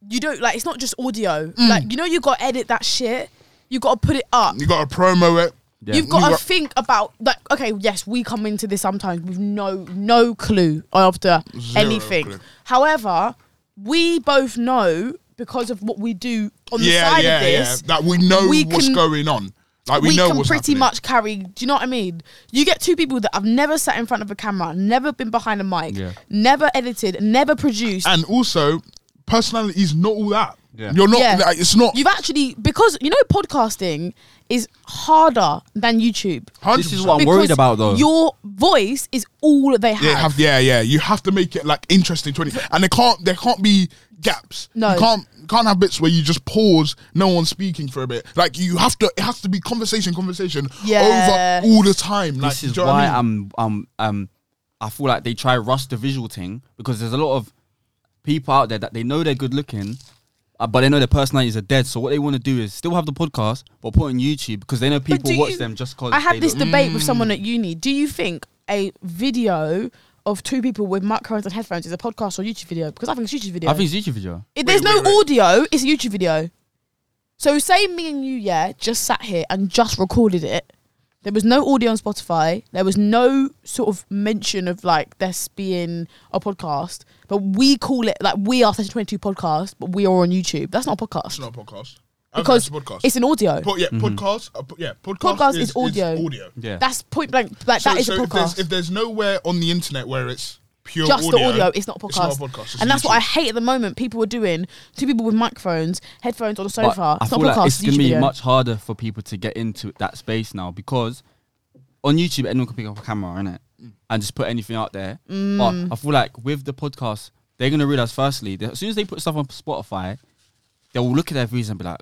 you don't, like, it's not just audio. Mm. Like, you know, you got to edit that shit, you got to put it up. You got a promo it. Yeah. You've got You to got- think about like okay, yes, we come into this sometimes with no no clue after Zero anything. clue. However, we both know because of what we do on the Yeah, side yeah, of this yeah. That we know we what's can- going on. Like we, we, know can what's pretty happening. much carry. Do you know what I mean? You get two people that have never sat in front of a camera, never been behind a mic, Yeah. never edited, never produced. And also, personality is not all that. Yeah. You're not. Yeah. Like, it's not. You've actually because you know podcasting is harder than YouTube. 100%. This is what I'm Because worried about, though. Your voice is all they have. Yeah, have, yeah, yeah. You have to make it like interesting to it, and there can't there can't be gaps. No. you can't can't have bits where you just pause, no one's speaking for a bit. Like you have to, it has to be conversation, conversation Yeah. over all the time. Like, this is do you know what why I mean? I'm um um I feel like they try to rush the visual thing because there's a lot of people out there that they know they're good looking, uh, but they know their personalities are dead. So what they want to do is still have the podcast, but put it on YouTube because they know But people do watch you- them just because. I had this debate Mm. with someone at uni. Do you think a video of two people with microphones and headphones is a podcast or YouTube video? Because I think it's YouTube video. I think it's YouTube video. If there's Wait, no wait, wait. audio, it's a YouTube video. So say me and you, yeah, just sat here and just recorded it. There was no audio on Spotify. There was no sort of mention of like this being a podcast. But we call it like we are Session 22 podcast, but we are on YouTube. That's not a It's podcast. not a podcast I think Because it's a podcast. it's an audio. Po- yeah, podcast. Uh, po- yeah, podcast. Podcast is, is audio. audio. Mm-hmm. Yeah, That's point blank. Like that is a if there's, podcast. if there's nowhere on the internet where it's pure just audio, the audio. It's not a podcast. It's not a podcast. It's and that's what I YouTube. hate at the moment. People are doing two people with microphones, headphones on a But sofa. I It's not feel a podcast. like it's a gonna YouTube be video. much harder for people to get into that space now because on YouTube anyone can pick up a camera in it Mm. and just put anything out there. Mm. But I feel like with the podcast, they're gonna realize firstly that as soon as they put stuff on Spotify, they'll look at their views and be like,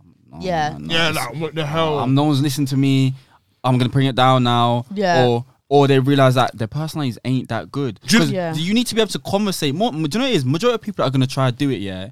oh, no, Yeah. no, Yeah, it's- like what the Oh. hell? um, no one's listening to me. I'm gonna bring it down now. Yeah. Or or they realize that their personalities ain't that good. Do you- 'Cause Yeah. You need to be able to conversate more. Do you know what it is? Majority of people that are gonna try to do it, yeah.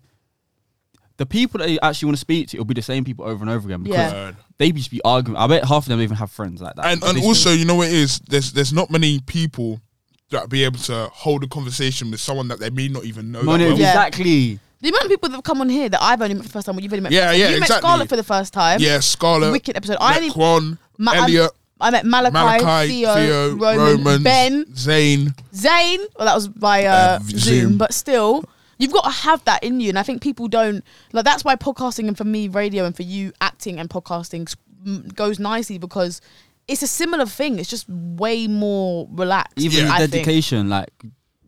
The people that you actually want to speak to, it'll be the same people over and over again because Yeah. they just be arguing. I bet half of them don't even have friends like that. and and They also you know what it is there's there's not many people that be able to hold a conversation with someone that they may not even know still- that No, no, well. Yeah. exactly. The amount of people that have come on here that I've only met for the first time, well, you've only met. Yeah, first time. yeah, You met exactly. Scarlett for the first time. Yeah, Scarlett, Wicked episode. I didn't- Laquan, Ma- I'm- Elliot, I met Malachi, Malachi, Theo, Theo, Roman, Roman, Ben, Zane. Zayn. Well, that was by uh, Uh, v- Zoom. Zoom. but still, you've got to have that in you, and I think people don't like. That's why podcasting and for me, radio, and for you, acting and podcasting s- m- goes nicely because it's a similar thing. It's just way more relaxed. Even I the think. dedication, like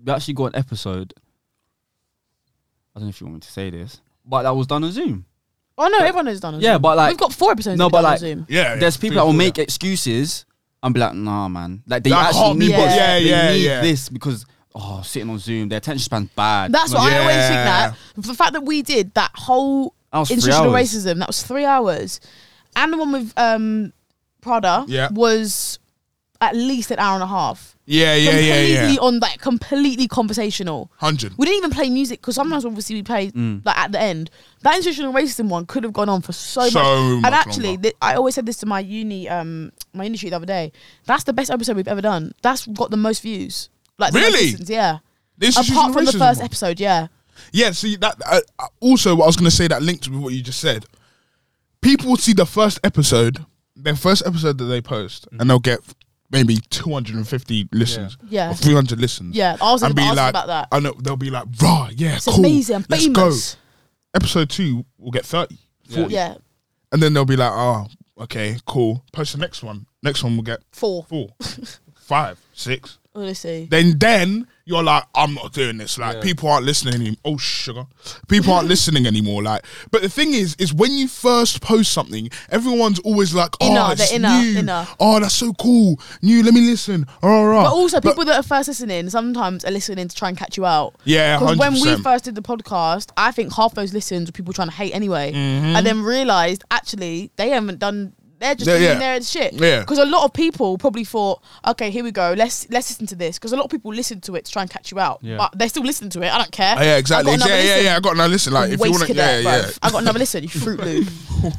we actually got an episode. I don't know if you want me to say this, but that was done on Zoom. Oh no, everyone has done. On Yeah, Zoom. but, like- we've got four episodes. No, we've but done on like- Zoom. Yeah, There's yeah, people that will yeah. make excuses and be like, nah, man. Like they That actually can't be need, bo- this. yeah, They yeah, need yeah. this because oh, sitting on Zoom, their attention span's bad. That's Like, what I always Yeah. think that. The fact that we did that whole That was three institutional hours. racism, that was three hours. And the one with um, Prada Yeah. was at least an hour and a half. Yeah, yeah, yeah, completely yeah. on like completely conversational. Hundred. We didn't even play music because sometimes obviously we play Mm. like at the end. That institutional racism one could have gone on for so, So much. much And actually, longer. th- I always said this to my uni, um, my uni shoot the other day. That's the best episode we've ever done. That's got the most views. Like the most Really? listens, yeah. This is Apart from the racism first one. episode, yeah. Yeah, see that. Uh, uh, also, what I was going to say that linked with what you just said. People will see the first episode, their first episode that they post, and they'll get maybe 250 listens, Yeah. or 300 listens. Yeah, I was and be gonna ask like, about that. and they'll- they'll be like, "Rah, yeah, It's cool, amazing. I'm let's famous. go." Episode two will get 30, 40, Yeah, and then they'll be like, "Oh, okay, cool." Post the next one. Next one will get four. (laughs) four, five, six. Honestly. Then, then you're like, I'm not doing this. Like, Yeah. people aren't listening anymore. Oh, sugar, people aren't (laughs) listening anymore. Like, but the thing is, is when you first post something, everyone's always like, Oh, Inner, it's the inner, new. inner. Oh, that's so cool. New. Let me listen. All right. But also, people that are first listening sometimes are listening to try and catch you out. Yeah, Because when we 100%. first did the podcast, I think half those listens were people trying to hate anyway, and then realized actually they haven't done. They're just Mm-hmm. Yeah, doing yeah. their shit. Yeah. Because a lot of people probably thought, okay, here we go. Let's let's listen to this. Because a lot of people listen to it to try and catch you out. Yeah. But they still listen to it. I don't care. Oh, yeah, exactly. I've got Yeah, another yeah, listen. yeah. I got another listen. Like, if you Waste want to, yeah, cadet, yeah. bruv. I got another listen. You fruit (laughs) loop.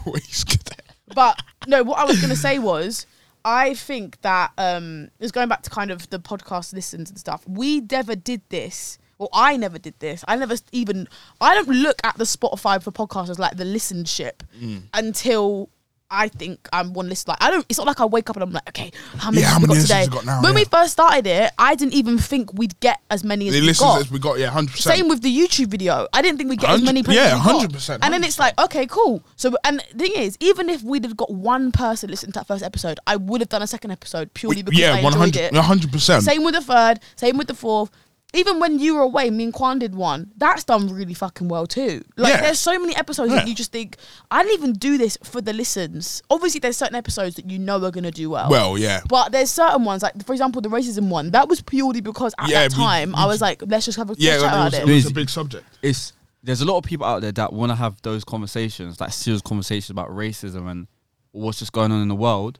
Waste cadet. But no, what I was gonna say was, I think that um, it's going back to kind of the podcast listens and stuff. We never did this. Well, I never did this. I never s- even. I don't look at the Spotify for podcasts as like the listenship Mm. until. I think I'm one list. Like I don't. It's not like I wake up and I'm like, okay, how many Yeah, have how we many got listens today? we got now, when we yeah. first started it, I didn't even think we'd get as many as The we listens got. as we got, yeah, hundred percent. Same with the YouTube video. I didn't think we'd get as Hundred- many plays. yeah, as we got. 100%, And then it's like, okay, cool. So, and the thing is, even if we'd have got one person listening to that first episode, I would have done a second episode purely because I yeah, enjoyed it. hundred percent. Same with the third. Same with the fourth. even when you were away, me and Kwan did one. That's done really fucking well too. Like Yeah. there's so many episodes Yeah. that you just think I didn't even do this for the listens. Obviously, there's certain episodes that you know are gonna do well. Well, yeah. But there's certain ones, like for example, the racism one. That was purely because at Yeah, that we- time we- I was like, let's just have a Yeah, chat about it was, it. it was a Busy. big subject. it's there's a lot of people out there that want to have those conversations, like serious conversations about racism and what's just going on in the world,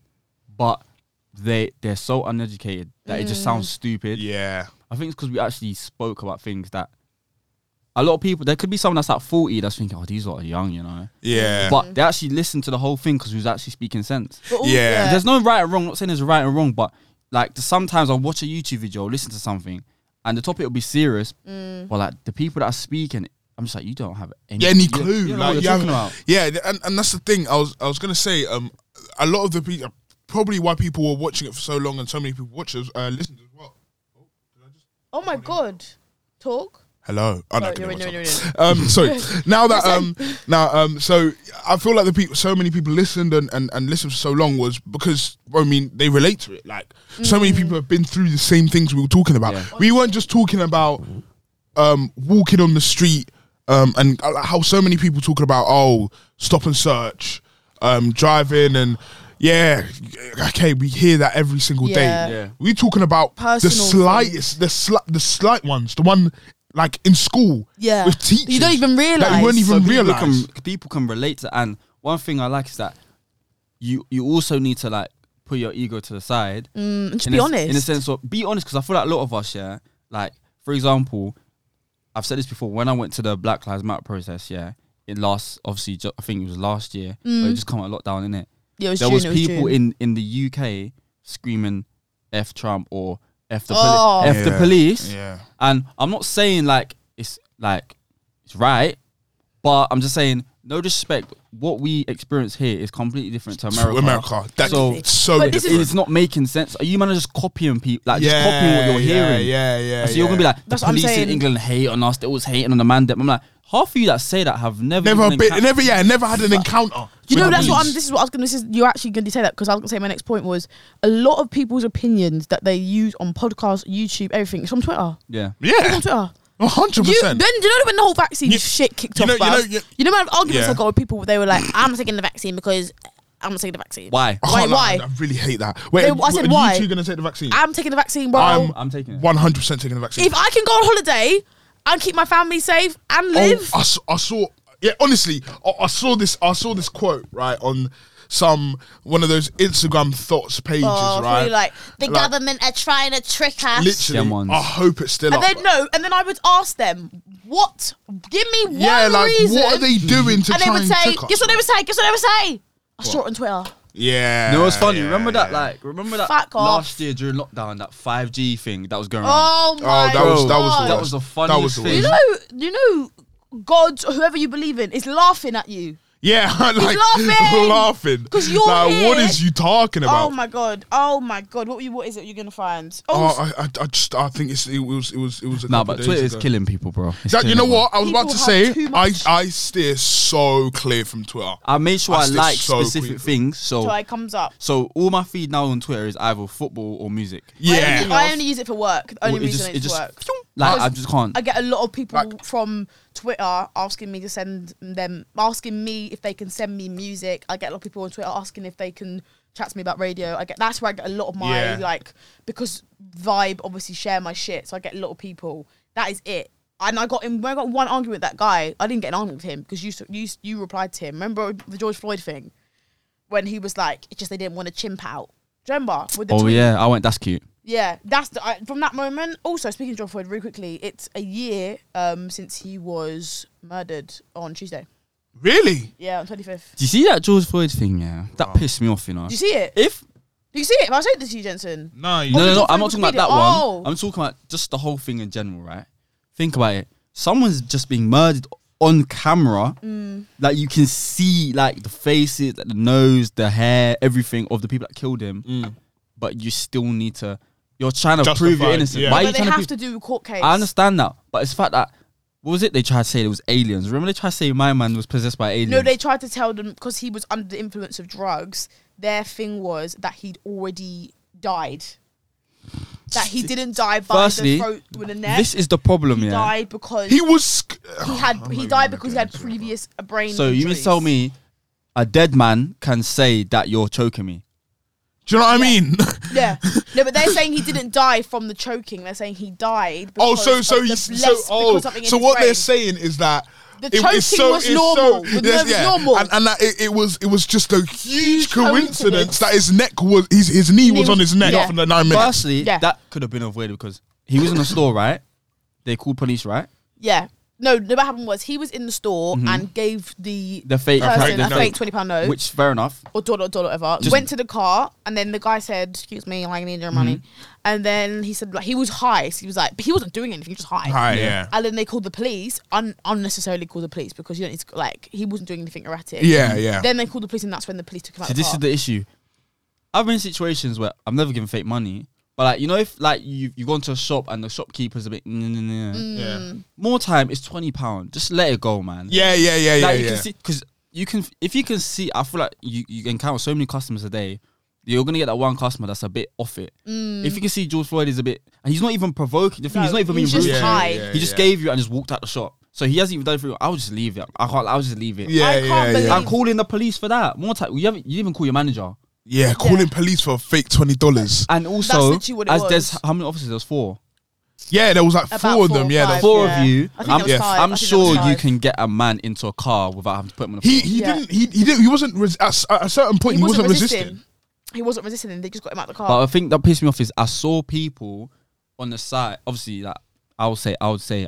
but they they're so uneducated that it just sounds stupid. Yeah. I think it's because we actually spoke about things that a lot of people. There could be someone that's at forty that's thinking, "Oh, these lot are young," you know, Yeah. but they actually listened to the whole thing because we was actually speaking sense. But all- Yeah. There's no right or wrong. not saying there's a right and wrong, but like the- sometimes I'll watch a YouTube video or listen to something and the topic will be serious. But like the people that are speaking, I'm just like, you don't have any, yeah, any you don't- clue? you don't know like what you you're talking haven't- about. Yeah, th- and, and that's the thing. I was I was gonna say, um, a lot of the people, probably why people were watching it for so long, and so many people watch us, uh, listened as well. Oh my god. Talk. Hello. Oh, no, Sorry, give you're me in, one you're in, second. Um, (laughs) sorry. Now that um, now um, so I feel like the people, so many people listened and, and, and listened for so long was because I mean they relate to it. Like so many people have been through the same things we were talking about. Yeah. We weren't just talking about um walking on the street um and uh, how so many people talking about oh stop and search, um driving and. Yeah, okay, we hear that every single Yeah. day. Yeah. We're talking about the Personal things. slightest it's the sli- the slight ones, the one like in school, Yeah. with teachers. You don't even that realise. you won't even people realize. Can, people can relate to, and one thing I like is that you you also need to like put your ego to the side. Mm, just in be a, s- honest. In a sense of be honest, because I feel like a lot of us, yeah. Like for example, I've said this before. When I went to the Black Lives Matter protest, yeah, it last obviously ju- I think it was last year. But it just come out of lockdown, in it. yeah, Mm. it was there June, was it was people June. in in the UK screaming "F Trump" or "F the poli- Oh. F the police," Yeah, and I'm not saying like it's like it's right, but I'm just saying no disrespect. What we experience here is completely different to America. America. America. That's so, So- so But this different. is- It's not making sense. Are you man are just copying people? Like just copying what you're yeah, hearing. Yeah, yeah. And so you're gonna be yeah. like, the That's what I'm police in saying. England hate on us. They're always hating on the man. That I'm like, half of you that say that have never never, even been, encountered- never, yeah, never had an encounter. you with know the that's what I'm. police. This is what I was gonna. This is you're actually gonna say that because I was gonna say my next point was a lot of people's opinions that they use on podcasts, YouTube, everything. It's on Twitter. Yeah. It's Yeah, on Twitter. a hundred You, percent. then you know when the whole vaccine You- shit kicked you off. know- you know- bruv? you- you know, my arguments Yeah. I got with people. They were like, "I'm not taking the vaccine because I'm not taking the vaccine." Why? I why- can't lie, why? I really hate that. Wait, They- are, I said are why? you two gonna take the vaccine? I'm taking the vaccine, bro. I'm- I'm taking it. One hundred percent taking the vaccine. if I can go on holiday and keep my family safe and live, Oh, I, s- I saw. Yeah, honestly, I, I saw this. I saw this quote right on some one of those Instagram thoughts pages. oh, right, probably like The Like- government are trying to trick us. literally. Them ones. I hope it's still And up. then no, and then I would ask them, "What? Give me one yeah, like reason." what are they doing to and they try would and say, trick us? "Guess what they would say? Guess what they would say?" I saw it on Twitter. Yeah, No, it's funny. yeah, remember that, yeah. like, remember that Fuck off. last year during lockdown, that 5G thing that was going on. Oh my Oh, that was that was the God. That worst. was the That was funniest the thing. You worst. Is- know, you know, God or whoever you believe in is laughing at you. (laughs) Yeah, (laughs) like (laughs) laughing. laughing 'Cause you're like, what here. is you talking about? Oh my God! Oh my God! What you? What is it you're gonna find? Oh, Oh, I, I, I just I think it's, it was it was it was. A Nah, couple but days Twitter is ago. killing people, bro. It's That, you killing know everyone. what? I was People about to have say. too I much. I steer so clear from Twitter. I made sure I I still like so specific quick. things. So, so it comes up. so all my feed now on Twitter is either football or music. I Yeah, only, I only use it for work. The only Or it reason just- it's it just- work. Like, I Because just can't. I get a lot of people Like- from Twitter asking me to send them, asking me if they can send me music. I get a lot of people on Twitter asking if they can chat to me about radio. I get that's where I get a lot of my Yeah. like because Vibe obviously share my shit, so I get a lot of people. That is it. And I got in when I got one argument with that guy. I didn't get an argument with him because you s- you s- you replied to him. Remember the George Floyd thing when he was like, it's just they didn't want to chimp out. Do you remember? With the Oh, tweet? yeah. I went, that's cute. Yeah, that's the, I, from that moment. Also, speaking of John Floyd, really quickly, it's a year um, since he was murdered on Tuesday. really. Yeah, on twenty fifth. Do you see that George Floyd thing? Yeah, that pissed me off. You know, Do you see it? if Do you see it? Have I showed this to you, Jensen? No, you no, no, George no, Floyd I'm not was talking about beat that up. Oh. one. I'm talking about just the whole thing in general, right? Think about it. Someone's just being murdered on camera. Mm. Like you can see, like the faces, the nose, the hair, everything of the people that killed him. But you still need to. You're trying to prove Justified, you're innocent. yeah. Why are you But they trying to? have prove- to do a court case. I understand that, but it's the fact that what was it they tried to say? It was aliens. Remember they tried to say my man was possessed by aliens. No, they tried to tell them because he was under the influence of drugs. Their thing was that he'd already died. that he didn't die by Firstly, the throat with a neck. This is the problem, he yeah. died because He he, was. sc- (sighs) had I'm not he even died gonna because get he had into it. previous uh, brain. Oh So you mean injuries. to tell me a dead man can say that you're choking me? Do you know what I Yeah. mean? Yeah, no, but they're saying he didn't die from the choking. They're saying he died. (laughs) oh, because so so of the he's so bless- oh, because something in so his what brain. they're saying is that. The it's choking was normal. The nerve is normal. and, and that it, it was it was just a huge coincidence, coincidence. that his neck was his his knee was was- on his neck yeah. for the nine minutes. Firstly, Yeah. that could have been avoided because he was in a store, right? They called police, right? Yeah. No, no, what happened was he was in the store and gave the Mm-hmm. The fake, person a note. fake twenty pound note which fair enough. or dollar dollar whatever. went to the car and then the guy said, "Excuse me, I need your money." Mm-hmm. And then he said like he was high. So he was like, but he wasn't doing anything, he was just high. Hi, yeah. And then they called the police, un- unnecessarily called the police because you don't need to like he wasn't doing anything erratic. Yeah, yeah. Then they called the police and that's when the police took him out. See, the this car. is the issue. I've been in situations where I've never given fake money, but like you know, if like you you gone to a shop and the shopkeeper's a bit, "Nah, nah, nah, Mm. nah." yeah, more time it's twenty pound. Just let it go, man. yeah, yeah, yeah, yeah. like you yeah. can see because you can if you can see i feel like you, you encounter so many customers a day you're gonna get that one customer that's a bit off it Mm. if you can see george floyd is a bit and he's not even provoking the thing No, he's not even he's being just rude to you. high. Yeah, he just gave you and just walked out the shop so he hasn't even done anything i'll just leave it i can't i'll just leave it yeah, I yeah, can't yeah, believe- yeah. i'm calling the police for that more time you haven't you didn't even call your manager calling police for a fake twenty dollars. and also literally what it as there's was. how many officers there's four Yeah, there was like About four of them. or Yeah, there five, was- Four of yeah. you. I think I'm- it was yeah. five. i'm I think it was sure you five. can get a man into a car without having to put him on the he floor. he Yeah. didn't he he didn't he wasn't res- at s- at a certain point he, wasn't, resisting. He wasn't resisting, and they just got him out the But car. I think that pissed me off is I saw people on the side. Obviously, like I would say, I would say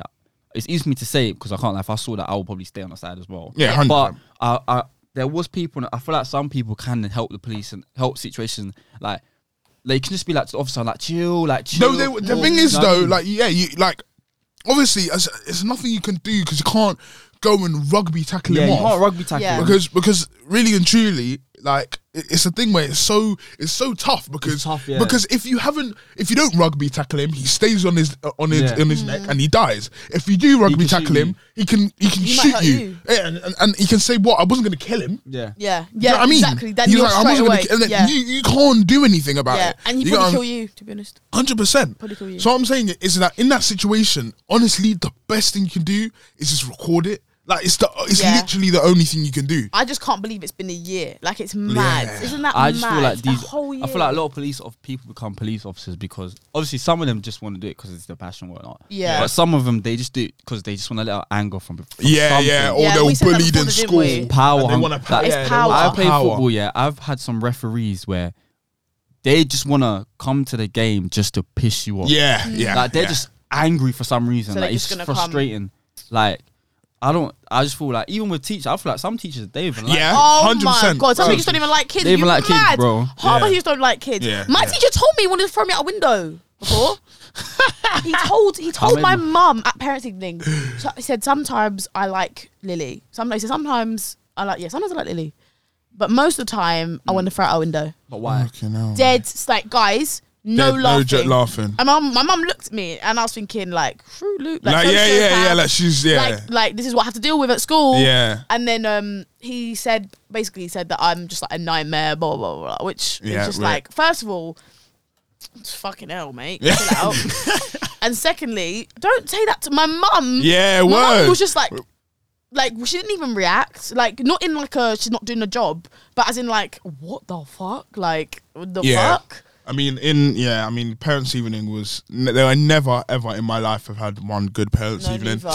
it's easy for me to say because I can't. Like if I saw that, I would probably stay on the side as well. Yeah, 100%. but I, I, there was people. and I feel like some people can help the police and help situation like. They can just be like to the officer, like chill, like chill. No, they, were- Oh, the thing is no. though, like yeah, you like obviously it's, it's nothing you can do because you can't go and rugby tackle yeah, him you off can't rugby tackle. Yeah. him. because because really and truly like it- it's a thing where it's so it's so tough because tough, yeah. because if you haven't if you don't rugby tackle him he stays on his uh, on his Yeah. on his neck and he dies if you do rugby can shoot tackle you. him he can he can Mm. He might shoot hurt you, you. Yeah, and, and, and he can say what I wasn't gonna kill him yeah, yeah, yeah, you know what I mean exactly. Then he's you're like I straight away. wasn't gonna kill and then yeah, you you can't do anything about yeah, it and he You know probably what I'm- kill you. To be honest, Hundred percent. Probably kill you. So what I'm saying is that in that situation, honestly, the best thing you can do is just record it. Like it's the it's Yeah. literally the only thing you can do. I just can't believe it's been a year. Like it's mad. Yeah. Isn't that I just mad? feel like these. a whole year. I feel like a lot of police of people become police officers because obviously some of them just want to do it because it's their passion, or whatnot. Yeah. But some of them they just do it because they just want to let out anger from. from Yeah, something. yeah. Or Yeah, they we were said that bullied before, in didn't school. we? and Power they hung- want to like, It's power. I Wow. play football. Yeah, I've had some referees where they just want to come to the game just to piss you off. Yeah, Hmm. yeah. like they're yeah. just angry for some So reason. they're like it's just gonna come. frustrating. Like I don't. I just feel like even with teachers, I feel like some teachers they even like yeah, Oh hundred my percent. god! Some people just don't even like kids. They even You're like kids, mad. bro. Half Yeah. of you don't like kids. Yeah, My yeah. teacher told me he wanted to throw me out a window (laughs) before. he told he told many- my mum at parents' evening. So he said sometimes I like Lily. Sometimes he said sometimes I like yeah. Sometimes I like Lily, but most of the time I want to throw her out a window. But why? Dead s- like guys. No Dead, no laughing. joke laughing. And my mum, my mum looked at me, and I was thinking like, "Shrew Luke, like, Like, yeah, sociopath, yeah, yeah. Like she's yeah, like like this is what I have to deal with at school. yeah, And then um he said basically he said that I'm just like a nightmare, blah blah blah, blah which Yeah, is just right. like first of all, it's fucking hell, mate. Yeah. Chill (laughs) out. and secondly, don't say that to my mum. yeah. my mum Word. was just like like she didn't even react. Like not in like a she's not doing a job, but as in like, what the fuck? Like what the Yeah. fuck? I mean, in yeah, I mean, parents' evening was. n- I never ever in my life have had one good parents' No, evening. neither.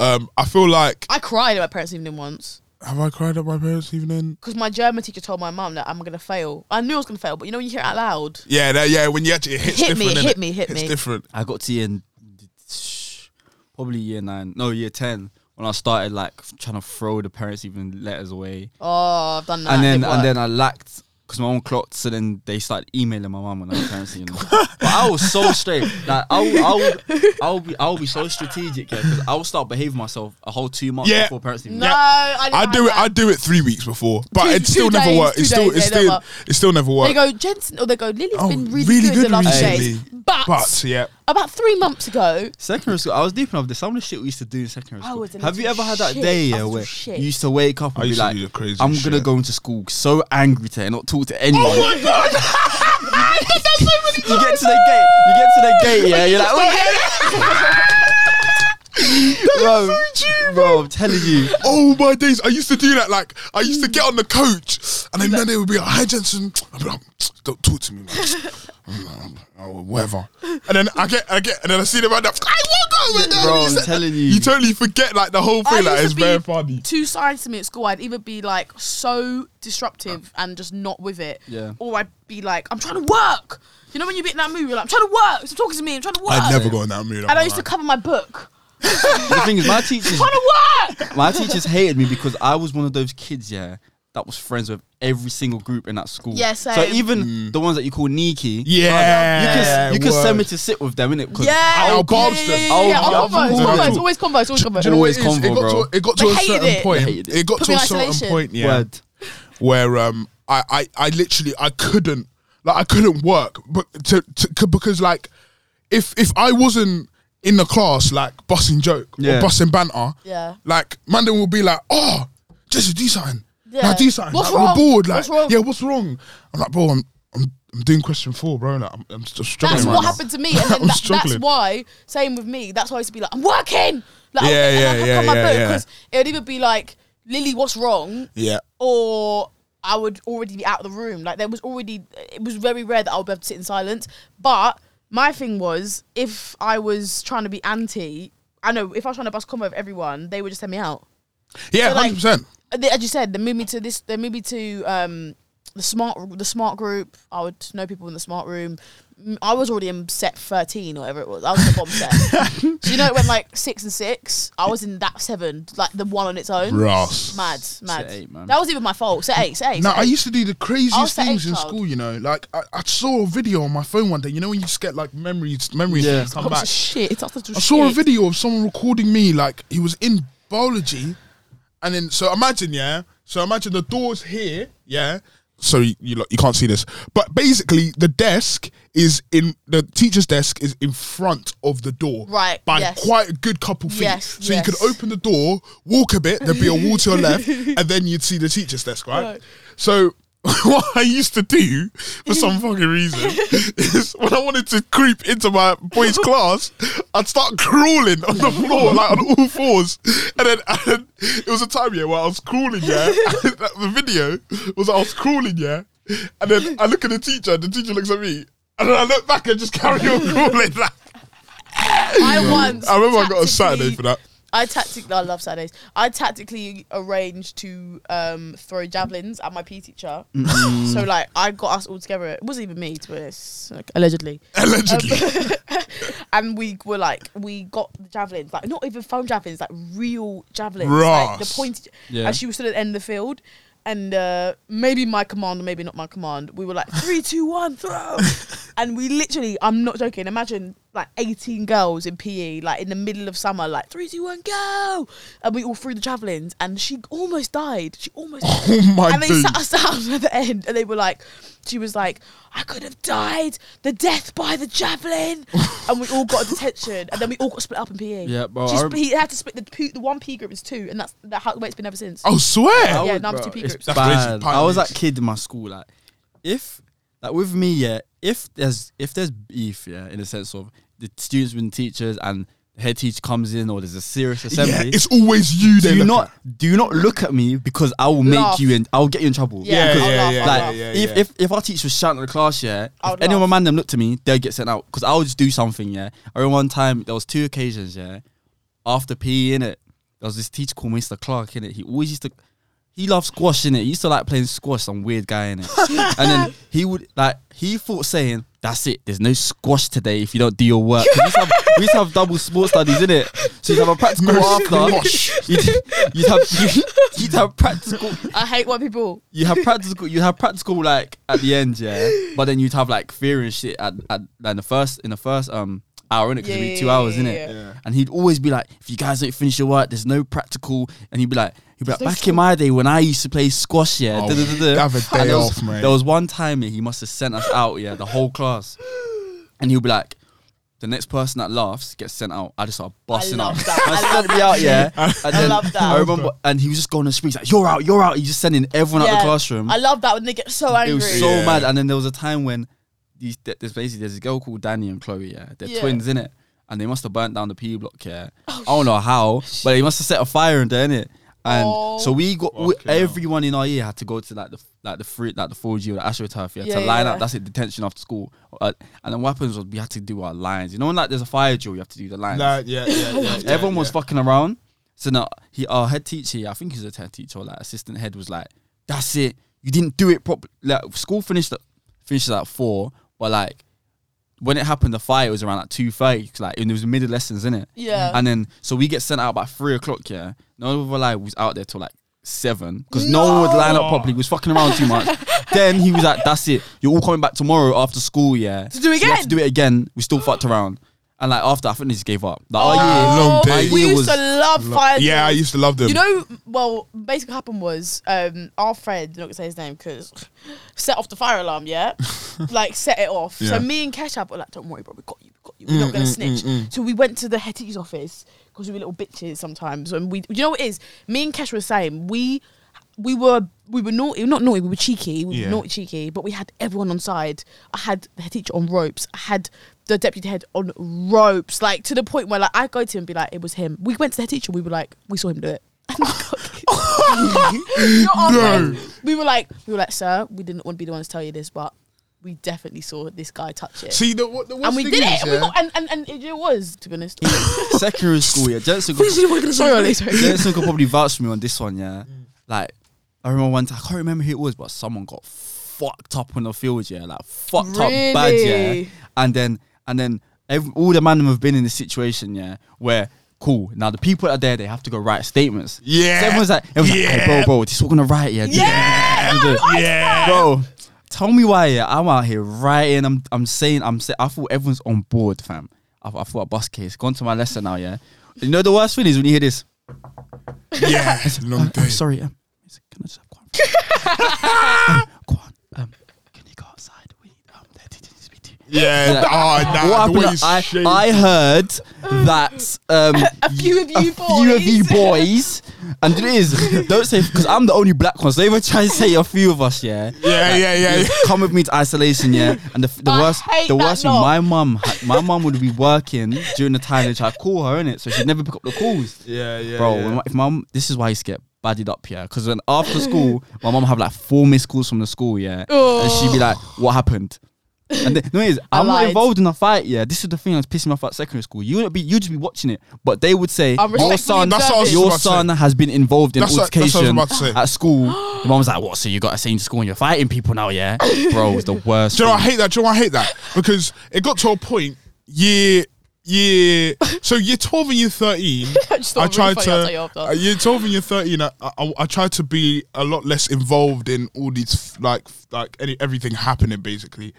Um, I feel like I cried at my parents' evening once. have I cried at my parents' evening? Because my German teacher told my mum that I'm gonna fail. I knew I was gonna fail, but you know when you hear it out loud, Yeah, that, yeah. When you actually it hits Hit me, different, hit innit? me, hit Hits me. different. I got to year, n- probably year nine, no year ten, when I started like f- trying to throw the parents even letters away, oh, I've done that. and it then worked. and then I lacked because my own clocked, so then they started emailing my mum when I was (laughs) parents. evening. but I was so straight, like I would, I would, I would be, I would be so strategic, yeah, 'cause I would start behaving myself a whole two months Yeah. before parents evening. No, I, didn't I have do it. that. I do it three weeks before, but Two- it still two never days, worked. It two days, still, it they still, never- it still never They worked. go Jensen, or they go Lily's Oh, been really, really good, good the last two recently. days, but, But yeah, about three months ago, Secondary school, I was deep enough. There's some of the shit we used to do in secondary I school. was a Have you little ever had that shit. day I was yeah, a where shit. you used to wake up and I be used to like, do the crazy "I'm gonna shit. Oh (laughs) go into school so angry today and not talk to anyone." my god! that's so you get to the gate. You get to the gate. Yeah, you're like, oh, (laughs) bro, bro, I'm telling you. Oh my days! I used to do that. Like I used to get on the coach, and then, then they would be like, "Hi Jensen," I'd be like, "Don't talk to me, man." I'm like, I'm like, oh, whatever. And then I get, I get, and then I see them around. Like, I won't go with them. Bro, You I'm said- telling you. you totally forget like the whole I thing. Like used it's to be very funny. Two sides to me at school. I'd either be like so disruptive and just not with it, Yeah. or I'd be like, I'm trying to work. You know when you be in that mood, you're like, I'm trying to work. Stop talking to me. I'm trying to work. I never got in that mood. And I used to cover my book. (laughs) The thing is, my teachers, I'm trying to work. my teachers hated me because I was one of those kids, yeah, that was friends with every single group in that school. Yeah, so same. even the ones that you call Niki, you Mm. yeah, can you can send me word. to sit with them, innit? 'Cause Yeah. I'll yeah, barge yeah, them. yeah, I'll yeah, I'll barge converse, them. always, always converse, always Do converse. you know what Always it is? It convo, got to, it got to I a hated certain it. point. Hated it. It got Put to me a in certain isolation. point, yeah, Word. where um, I, I, I literally I couldn't like I couldn't work, but to, to, c- because like if if I wasn't in the class like busting joke Yeah. or busting banter, Yeah. like Mandan will be like, oh, Jesse, do something. Yeah. Now Yeah. do something. What's like, wrong? We're bored. Like, What's wrong? yeah, what's wrong? I'm like, bro, I'm I'm, I'm doing question four, bro. Like, I'm, I'm just struggling. That's right what now." happened to (laughs) me, and then I'm that, that's struggling. why. Same with me. That's why I used to be like, I'm working. Like, Yeah, and yeah, I could yeah, cover my yeah, book yeah. 'cause It would either be like, Lily, what's wrong? Yeah. or I would already be out of the room. Like there was already, it was very rare that I would be able to sit in silence. But my thing was, if I was trying to be anti, I know if I was trying to bust combo with everyone, they would just send me out. Yeah, So, hundred like- percent. And they- Uh, As you said, they moved me to this. They moved me to um, the smart, the smart group. I would know people in the smart room. Mm, I was already in set thirteen or whatever it was. I was in the bomb (laughs) set. Do you know it went like six and six? I was in that seven, like the one on its own. Ross. Mad, mad. eight, man. That was even my fault. Set eight, set eight. No, set I eight. used to do the I'll craziest say things in child. school. You know, like I, I saw a video on my phone one day. You know when you just get like memories, memories Yeah. Oh, come it's back. a shit. It's utter I saw a shit. video of someone recording me. Like he was in biology, and then so imagine, yeah. So imagine the doors here, yeah. So you you, lot- you can't see this, but basically the desk is in the teacher's desk is in front of the door, Right, By yes. quite a good couple feet, Yes, so you could yes. open the door, walk a bit, there'd be a wall (laughs) to your left, and then you'd see the teacher's desk, right? So (laughs) what I used to do for some (laughs) fucking reason is when I wanted to creep into my boys' class, I'd start crawling on the floor, like on all fours. And then, and then it was a time, yeah, where I was crawling, yeah. (laughs) and the video was I was crawling, yeah. And then I look at the teacher, and the teacher looks at me. And then I look back and just carry (laughs) on crawling. Like, I once. I remember I got a tactically- Saturday for that. I tactically, I love Saturdays. I tactically arranged to um, throw javelins at my PE teacher. so like, I got us all together. It wasn't even me, to be honest, like, allegedly. Allegedly. and we were like, we got the javelins, like not even foam javelins, like real javelins, like the Ross. pointed. Yeah. And she was still at the end of the field. And uh, maybe my command, or maybe not my command. We were like three, two, one, throw, and we literally. I'm not joking. Imagine like 18 girls in PE, like in the middle of summer, like three, two, one, go, and we all threw the javelins, and she almost died. She almost. (laughs) oh my And they days. sat us down at the end, and they were like, she was like, I could have died, the death by the (laughs) javelin, and we all got a detention, and then we all got split up in PE. Yeah, bro, She I split, he had to split the, P, the one PE group into two, and that's that how the way it's been ever since. Oh, swear. I yeah, would, number bro. two P It's groups. That's bad. crazy. I was that Pioneers. kid in my school. Like, if like with me, yeah. If there's if there's beef, yeah, in the sense of the students with the teachers and the head teacher comes in or there's a serious yeah, assembly, it's always you. They do look not at. do not look at me because I will Laugh. make you in. I will get you in trouble. Yeah, I'll Yeah, yeah, laugh, yeah, I'll Like laugh. yeah, if, if if our teacher was shouting at the class, yeah, I if would any of laugh. my man them looked at me, they'd get sent out because I would just do something, yeah. I remember one time there was two occasions, yeah, after PE in it. There was this teacher called Mr. Clark in it. He always used to, he loved squash in it. He used to like playing squash. Some weird guy in it, (laughs) and then he would like he thought saying. That's it. There's no squash today if you don't do your work. 'Cause We used, to have, we used to have double sports studies in it, so you'd have a (laughs) practical No after. squash. You'd, you'd have (laughs) you'd, you'd have practical I hate white people. you have practical you have practical like at the end, yeah. But then you'd have like theory and shit at, at like the first in the first um hour in it because it'd Yeah, be two hours in yeah, it. yeah. And he'd always be like, if you guys don't finish your work, there's no practical. And he'd be like, he'd be like, no back in my day when I used to play squash, yeah. Oh, da, da, da, da." have a day And there was- off, mate. There was one time yeah, he must have sent us out, yeah, the whole class, and he'd be like. The next person that laughs gets sent out. I just start busting up. love (laughs) that. (laughs) And I sent love me out, yeah. that. And then love that. I remember, and he was just going on streets like, "You're out, you're out." He's just sending everyone out the Yeah. classroom. I love that when they get so angry. It was so Yeah. mad. And then there was a time when these th- there's basically there's a girl called Danny and Chloe. Yeah, they're Yeah. Oh, twins in it, and they must have burnt down the P block. Yeah, I don't know how, but they must have set a fire in there innit? And Oh. so we got we, Fucking hell. everyone in our year had to go to like the like the free like the 4G or the AstroTurf yeah, Yeah, to line yeah. up. That's it, detention after school. Uh, and then weapons was we had to do our lines. You know, when like there's a fire drill, you have to do the lines. Like, yeah, yeah, (laughs) yeah, yeah, Everyone yeah. was fucking around. So now he, our head teacher, I think he's a head teacher or like assistant head, was like, "That's it. You didn't do it properly. Like school finished at, finishes at four, but like when it happened, the fire was around like two thirty. Like and it was middle lessons, in it. Yeah. And then so we get sent out by three o'clock. Yeah. No other lie was out there till like seven because no. one would line up properly. We was fucking around (laughs) too much. then he was like, "That's it. You're all coming back tomorrow after school. Yeah. To do So we had again? to do it again. We still fucked around." And like after, I think they just gave up. Like our year, Oh, long day. My We year used was to love fire. Yeah, I used to love them. You know, well, basically what happened was um, our friend, not gonna say his name, because (laughs) set off the fire alarm, (laughs) yeah? like, set it off. Yeah. Mm, So me and Keshab were like, don't worry, bro, we got you, we got you. We're not gonna snitch. So we went to the head teacher's office, because we were little bitches sometimes. And we, you know what it is? Me and Kesh were saying, we we were we were naughty, not naughty, we were cheeky, we Yeah. were naughty cheeky, but we had everyone on side. I had the head teacher on ropes, I had the deputy head on ropes, like to the point where like I go to him and be like, it was him. We went to the head teacher, we were like, we saw him do it. (laughs) Not our friend. We were like, we were like, sir, we didn't want to be the ones to tell you this, but we definitely saw this guy touch it. See, the, what, the and worst we thing did is, it. yeah, We got, and, and, and it was, to be (laughs) honest. (laughs) secondary school, yeah. Jensen could, sorry, Ollie, sorry. Jensen could probably vouch for me on this one, yeah. Like, I remember one time, I can't remember who it was, but someone got fucked up on the field, yeah. Like, fucked up bad, yeah. Really? And then, and then every, all the man them have been in this situation, yeah, where, cool, now the people that are there, they have to go write statements. Yeah. So everyone's like, everyone's like, Yeah. hey, bro, bro, this is what we're going to (laughs) write, yeah. Yeah, Do it. no, I yeah. Bro, tell me why yeah, I'm out here writing. I'm I'm saying I'm say, I thought everyone's on board, fam. I, I thought bus case. Gone to my lesson now, yeah. You know the worst thing is when you hear this. (laughs) yeah, it's a long day. I'm sorry. Um, is- can I just have Quan? (laughs) um, Quan, um, can you go outside? We um, they didn't speak to you. Yeah, Yeah. ah, nah, the way what you happened? shake- I, I heard that um, (laughs) A few of a you boys. few of you boys, and it is don't say because I'm the only black one. So they were trying to say a few of us, yeah. yeah, yeah, yeah, yeah. come with me to isolation, yeah. And the, f- the I worst, hate the that worst, thing, lot. my mum, had- my mum would be working during the time they try to call her, innit? So she'd never pick up the calls, Yeah, yeah, bro. yeah. when my- If mum, this is why I used to get buddied up, yeah. Because then after school, my mum had like four missed calls from the school, yeah, and she'd be like, "What happened?" And the, no, it is I I'm not lied. involved in a fight, yeah. This is the thing that's pissing me off at secondary school. You would be, you'd just be watching it, but they would say, I'm "Your respectfully son, That's what I was your about to son has been involved in That's what- that's what I was altercation about to say. at school." the mom was like, "What? So you got to send to school and you're fighting people now, yeah?" Bro, it's the (laughs) worst. Do you know, I thing. hate that. Do you know, I hate that because it got to a point. Year, (laughs) year. So year twelve and year thirteen, I, just thought tried it was really funny, I'll tell you to. after. uh, year twelve and year thirteen, I, I, I tried to be a lot less involved in all these like like any everything happening basically.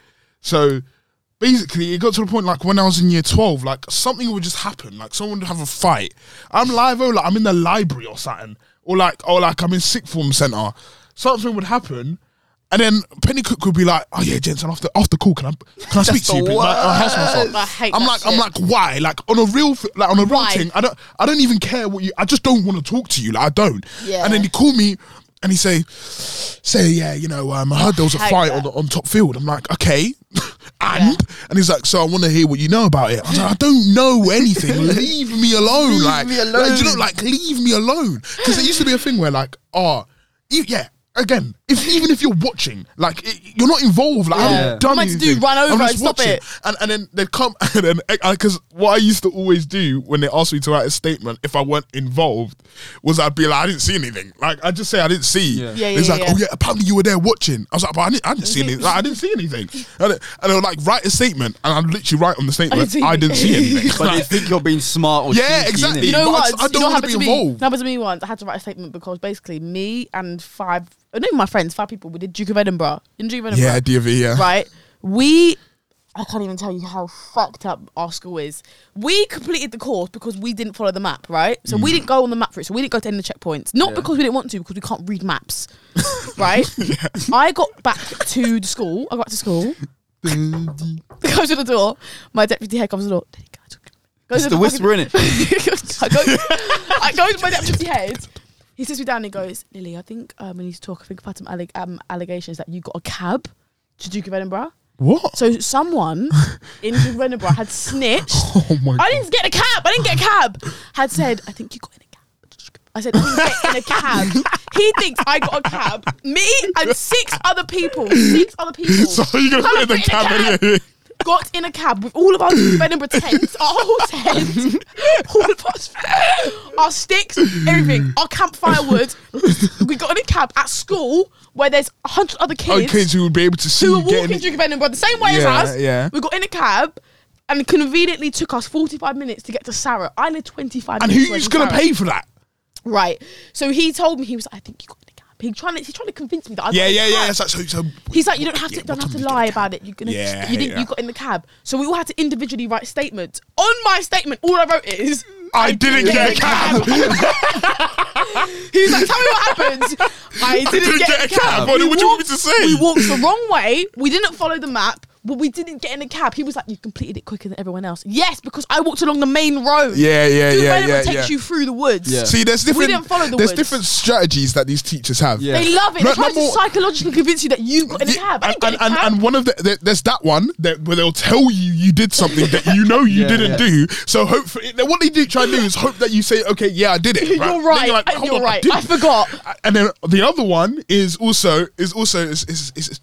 So basically, it got to the point like when I was in year twelve, like something would just happen. Like someone would have a fight. I'm live, oh, like I'm in the library or something, or like or like I'm in sixth form center. Something would happen. And then Pennycook would be like, "Oh yeah, Jensen, after after call, can I can I speak to you? please? Like, I'll house myself." I hate I'm that like, I'm shit. like, why? Like on a real, th- like on a real Why? thing, I don't, I don't even care what you. I just don't want to talk to you. Like I don't. Yeah. And then he called me, and he say, say yeah, you know, um, I heard there was a hate fight that. on the, on top field. I'm like, okay, (laughs) and and he's like, so I want to hear what you know about it. I was like, I don't know anything. (laughs) leave me alone. like, me like, you know, like leave me alone. Because it used to be a thing where like, ah, you- yeah. Again, if even if you're watching, like it, you're not involved, like I Yeah. haven't done I'm meant to do anything. run over I'm and just stop watching it. and and then they'd come (laughs) and then because what I used to always do when they asked me to write a statement if I weren't involved was I'd be like I didn't see anything like I just say I didn't see Yeah. Yeah, it's yeah, like yeah. oh yeah apparently you were there watching I was like but I didn't, I didn't see anything like, I didn't see anything and, it- and they were like write a statement and I'd literally (laughs) write on the statement I didn't see didn't, (laughs) see anything But they Like, think you're being smart or Yeah, cheeky, exactly. innit? You know But I what? just- I You don't know what wanna happened be to me? involved. That happened to me once. I had to write a statement because basically me and five, uh, no, my friends, five people, we did Duke of Edinburgh. In Duke of Edinburgh, yeah DV yeah right? We, I can't even tell you how fucked up our school is. We completed the course because we didn't follow the map, right? So Mm. we didn't go on the map route. So we didn't go to any of the checkpoints. Not because we didn't want to, because we can't read (laughs) maps, right? I got back to the school. I got to school. (laughs) comes to the door. My deputy head comes to the door. Daddy, can I talk to you? Goes It's to the fucking- whisper in (laughs) it. (laughs) I go, I go to my deputy head. He sits me down and he goes, Lily, I think um, we need to talk. I think about some alleg- um, allegations that you got a cab to Duke of Edinburgh. What? So (laughs) someone in Renabra had snitched. Oh my I didn't get a cab. I didn't get a cab. Had said, I think you got in a cab. I said, I didn't get in a cab. He thinks I got a cab. Me and six other people, six other people (laughs) So you gonna Come put in the and cab put in a anyway? got in a cab with all of our bed and pretends, our whole tent, (laughs) all of us, our sticks, everything, our campfire wood. We got in a cab at school where there's a hundred other Oh, kids kids who would be able to see who were you walking getting. drinking Ben and Bread the same way Yeah, as us. yeah. We got in a cab and it conveniently took us 45 minutes to get to Sarah. I live 25 and minutes. away who's from gonna Sarah. pay for that? Right. So he told me, he was like, I think you got in a cab. He trying to, he's trying to convince me that I got Yeah, in a yeah, cab. yeah. So, so, so He's like, you don't have to, Yeah, don't have what to time did you lie get in the about it. You're gonna, Yeah, I you hate didn't, you that. got in the cab. So we all had to individually write statements. On my statement, all I wrote is, I didn't get a cab. (laughs) he's like, tell me what happened. I didn't, didn't get, a cab. What do- We what do you want me to say? We walked the wrong way. We didn't follow the map. But we didn't get in a cab. He was like, "You completed it quicker than everyone else." Yes, because I walked along the main road. Yeah, yeah, Dude, yeah, Benham yeah, takes yeah. you through the woods. Yeah. See, there's different. didn't follow the there's woods. different strategies that these teachers have. Yeah. They love it. They No, try to number- psychologically convince you that you got in a Yeah, cab. I didn't and, and, get in and, a cab. and one of the there- there's that one that where they'll tell you you did something that you know you (laughs) Yeah, didn't yeah. do. So hopefully, then what they do try and do is hope that you say, okay, yeah, I did (laughs) (laughs) it. You're Then right. like, I- hold you're on, right. I didn't. forgot. And then the other one is also is also is is, is, is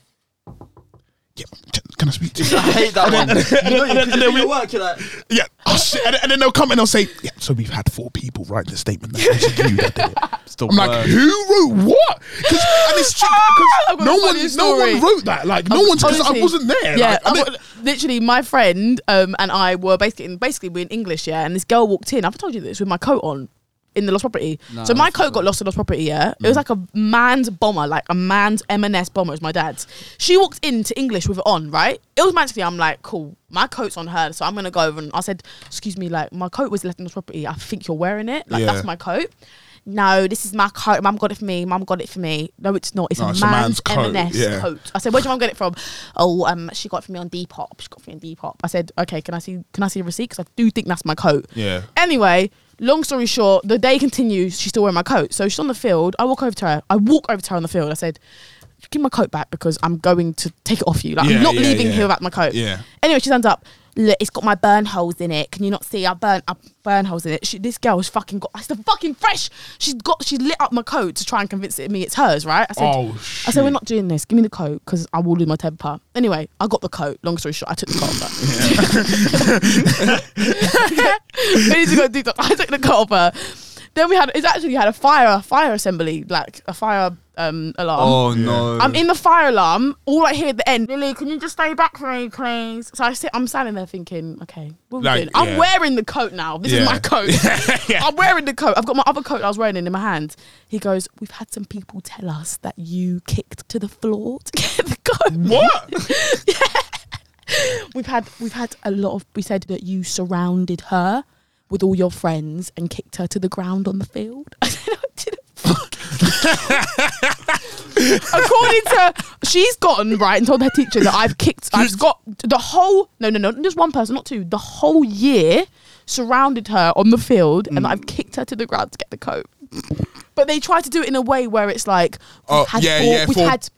yeah. Can I speak to (laughs) you? I hate that one. you know, and you- then you do we- your work, you're like, Yeah. Oh, shit. And, and then they'll come and they'll say, yeah, so we've had four people write the statement. (laughs) That was you that did it. it's the I'm like, worst. who wrote what? 'Cause- and it's true, 'cause (laughs) I've got no a one, funny no story. one wrote that. Like, no one's because I Honestly. wasn't there. Yeah, like, and I've then- got- literally, my friend um, and I were basically in, basically we're in English, yeah. And this girl walked in. I've told you this with my coat on in the lost property. No, so my that's not coat got lost in lost property. Yeah, Mm. it was like a man's bomber, like a man's M&S bomber. It was my dad's. She walked into English with it on, right? It was mentally. I'm like, cool. My coat's on her, so I'm gonna go over and I said, excuse me, like my coat was left in lost property. I think you're wearing it. Like Yeah. that's my coat. No, this is my coat. Mum got it for me. Mum got it for me. No, it's not. It's, No, a, it's a man's man's coat, M&S coat yeah. coat. I said, "Where did your mum get it from?" Oh, um, she got it for me on Depop. She got it for me on Depop. I said, "Okay, can I see can I see a receipt? Because I do think that's my coat." Yeah. Anyway, long story short, the day continues. She's still wearing my coat, so she's on the field. I walk over to her. I walk over to her on the field. I said, "Give my coat back because I'm going to take it off you. Like Yeah, I'm not yeah, leaving yeah. here without my coat." Yeah. Anyway, she stands up. Look, it's got my burn holes in it. Can you not see? I burn, I burn holes in it. She, this girl's fucking got. It's the fucking fresh. She's got. She lit up my coat to try and convince it me it's hers, right? I said, Oh, I said, we're not doing this. Give me the coat because I will lose my temper. Anyway, I got the coat. Long story short, I took the coat off her. (laughs) We need to go deep dive. I took the (laughs) coat off her. Then we had, it's actually had a fire, a fire assembly, like a fire um, alarm. oh no. I'm in the fire alarm. All I hear at the end, Lily, can you just stay back for me, please? So I sit, I'm standing there thinking, okay, what are we Like, doing? I'm yeah. wearing the coat now. This Yeah. is my (laughs) coat. I'm wearing the coat. I've got my other coat that I was wearing in my hand. He goes, we've had some people tell us that you kicked to the floor to get the coat. (laughs) (laughs) what? We've had, we've had a lot of, we said that you surrounded her with all your friends and kicked her to the ground on the field. (laughs) I said, "Oh, "I didn't according to she's gotten right and told her teacher that I've kicked I've got the whole no no no just one person not two the whole year surrounded her on the field Mm. and I've kicked her to the ground to get the coat but they try to do it in a way where it's like we've Oh, had yeah, four, yeah, we've for- had for,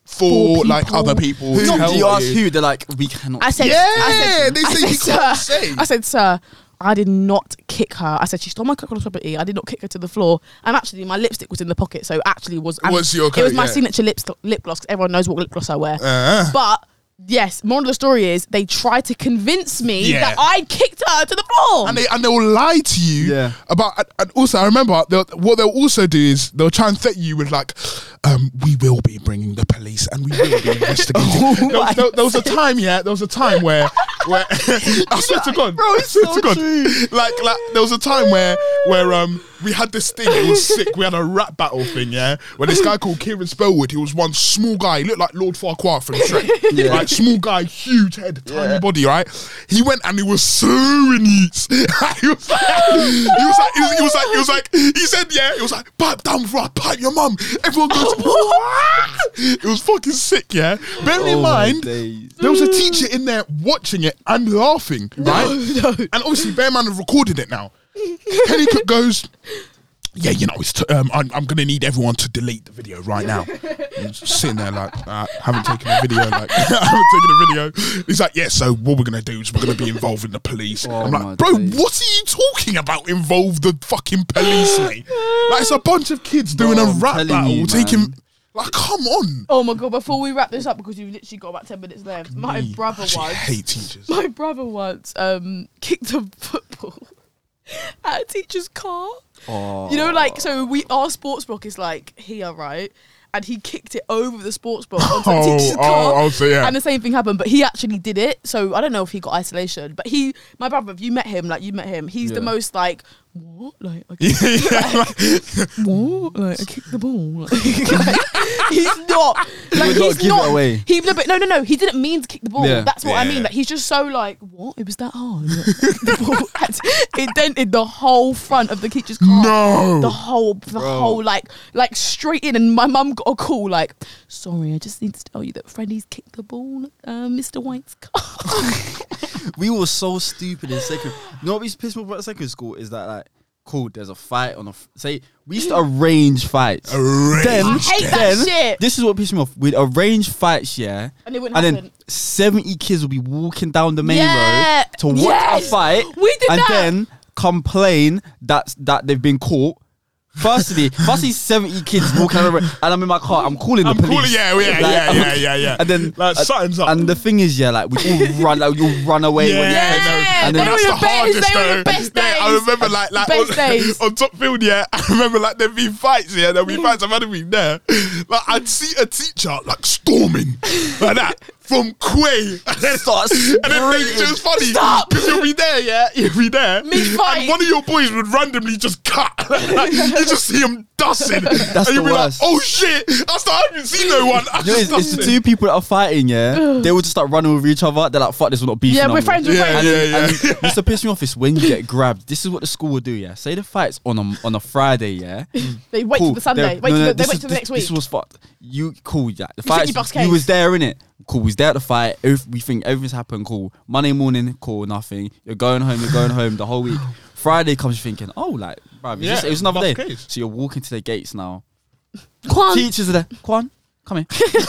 four like, other people who, Not do you. you ask who? They're like, we cannot. I said, I Yeah, said, they I say said, you can't say. sir, I said, sir, I did not kick her. I said she stole my coat on the property. I did not kick her to the floor. And actually, my lipstick was in the pocket, so actually was and Was your It was coat, my yeah. Uh-huh. signature lip lip gloss. 'cause everyone knows what lip gloss I wear. But yes, more of the story is they tried to convince me Yeah. that I kicked her to the floor. And they and they'll lie to you Yeah. about. And, and also, I remember they'll, what they'll also do is they'll try and threaten you with like, um, "We will be bringing the police and we will (laughs) be investigating." Oh there, was- there- there was a time, yeah, there was a time where (laughs) where (laughs) I swear to God, Bro, I it's swear so to God, true. like like there was a time where where um we had this thing it was sick we had a rap battle thing yeah where this guy called Kieran Spellwood he was one small guy he looked like Lord Farquhar from Shrek (laughs) Yeah. right small guy huge head tiny body right he went and he was slowing eats (laughs) he was like he was like he was, he was like he was like he said yeah he was like pipe down before I pipe your mum everyone (laughs) goes what it was fucking sick yeah bear in Oh, my mind days. there was a teacher in there watching it and laughing, right? And obviously, Bearman have recorded it now. Kenny Cook goes, yeah, you know, it's t- um, I'm, I'm going to need everyone to delete the video (laughs) right now. And just sitting there like, I haven't taken a video. Like, (laughs) I haven't taken a video. He's like, yeah, so what we're going to do is we're going to be involved in the police. Oh I'm my like, bro, days. what are you talking about? Involve the fucking police, mate. Like, it's a bunch of kids doing Bro, a I'm rap telling battle, you, taking. man. Like, come on. Oh my god! Before we wrap this up, because you've literally got about ten minutes left. My Me, brother I was. Mm. actually hate (laughs) teachers. My brother once um, (laughs) kicked a football (laughs) at a teacher's car. Oh. You know, like so we our sports block is like here, right? And he kicked it over the sports block onto the (laughs) Oh, teacher's oh, car. oh, so yeah. And the same thing happened, but he actually did it. So I don't know if he got isolation, but he, my brother, if you met him, like you met him, he's the Yeah. most like what, (laughs) (laughs) like I Yeah, (laughs) yeah, like- what? Like, I kicked the ball. (laughs) Like, he's not. Like, would not he's give it not. away. He, no, but no, no, no. He didn't mean to kick the ball. Yeah. That's what I mean. Yeah. Like, he's just so like, what? It was that hard. Like, (laughs) the ball had- it dented the whole front of the teacher's car. No. Oh, The whole, the Bro. whole, like, like straight in. And my mum got a call, like, sorry, I just need to tell you that Freddie's kicked the ball, uh, Mr. White's car. (laughs) we were so stupid in second. You know what used to piss me off about secondary school is that like, cool, there's a fight on a f- say we used to arrange fights. Arrange. Then, I hate that then shit. this is what pissed me off. We'd arrange fights, yeah, And it wouldn't and happen. then seventy kids would be walking down the main Yeah. road to watch Yes. a fight, We did and that. then complain that that they've been caught. (laughs) Firstly, firstly, seventy kids walking around, and I'm in my car. I'm calling I'm the police. calling, yeah, yeah, Like, yeah, I'm- yeah, yeah, (laughs) yeah. And then Like, and- something's up. And the thing is, yeah, like we all run, like you run away. when Yeah, you Yeah, no, and they then- were that's the the best- hardest they were the though. best Yeah, I days. remember like like Best on, days. (laughs) on top field, yeah. I remember like there'd be fights, yeah, there'd be fights. I've had to be there. Like I'd see a teacher like storming like that from Quay. And then (laughs) Start and then it's sprinting. just funny. Stop. Because you'll be there, yeah. (laughs) You'll be there. Mid-fight. And one of your boys would randomly just cut. (laughs) like, you just see him dusting. That's and you'll the be worst. like, oh shit. I still haven't seen no one. (laughs) I You know, just it's, it's the dusted. two people that are (sighs) fighting, yeah. they will just start running over each other. They're like, "Fuck, this will not beef." Yeah, we're friends, we're Yeah, friends. And then, yeah, and (laughs) then used to piss me off is when you get grabbed. This is what the school will do, yeah. Say the fight's on a on a Friday, yeah. They (laughs) wait till Cool, the Sunday. they're- Wait no, till no, the- they this wait is- till the this- next week. This was fucked. You cool, yeah. The sent fight. you box You was case. there in it. Cool, we was there at the fight. Everything, everything's happened. Cool. Monday morning, cool, nothing. You're going home. You're going home (gasps) the whole week. Friday comes, you're thinking, oh, like, bruv, it's Yeah, just, it was another day. box case. So you're walking to the gates now. Kwan. Teachers are there. Kwan, come here.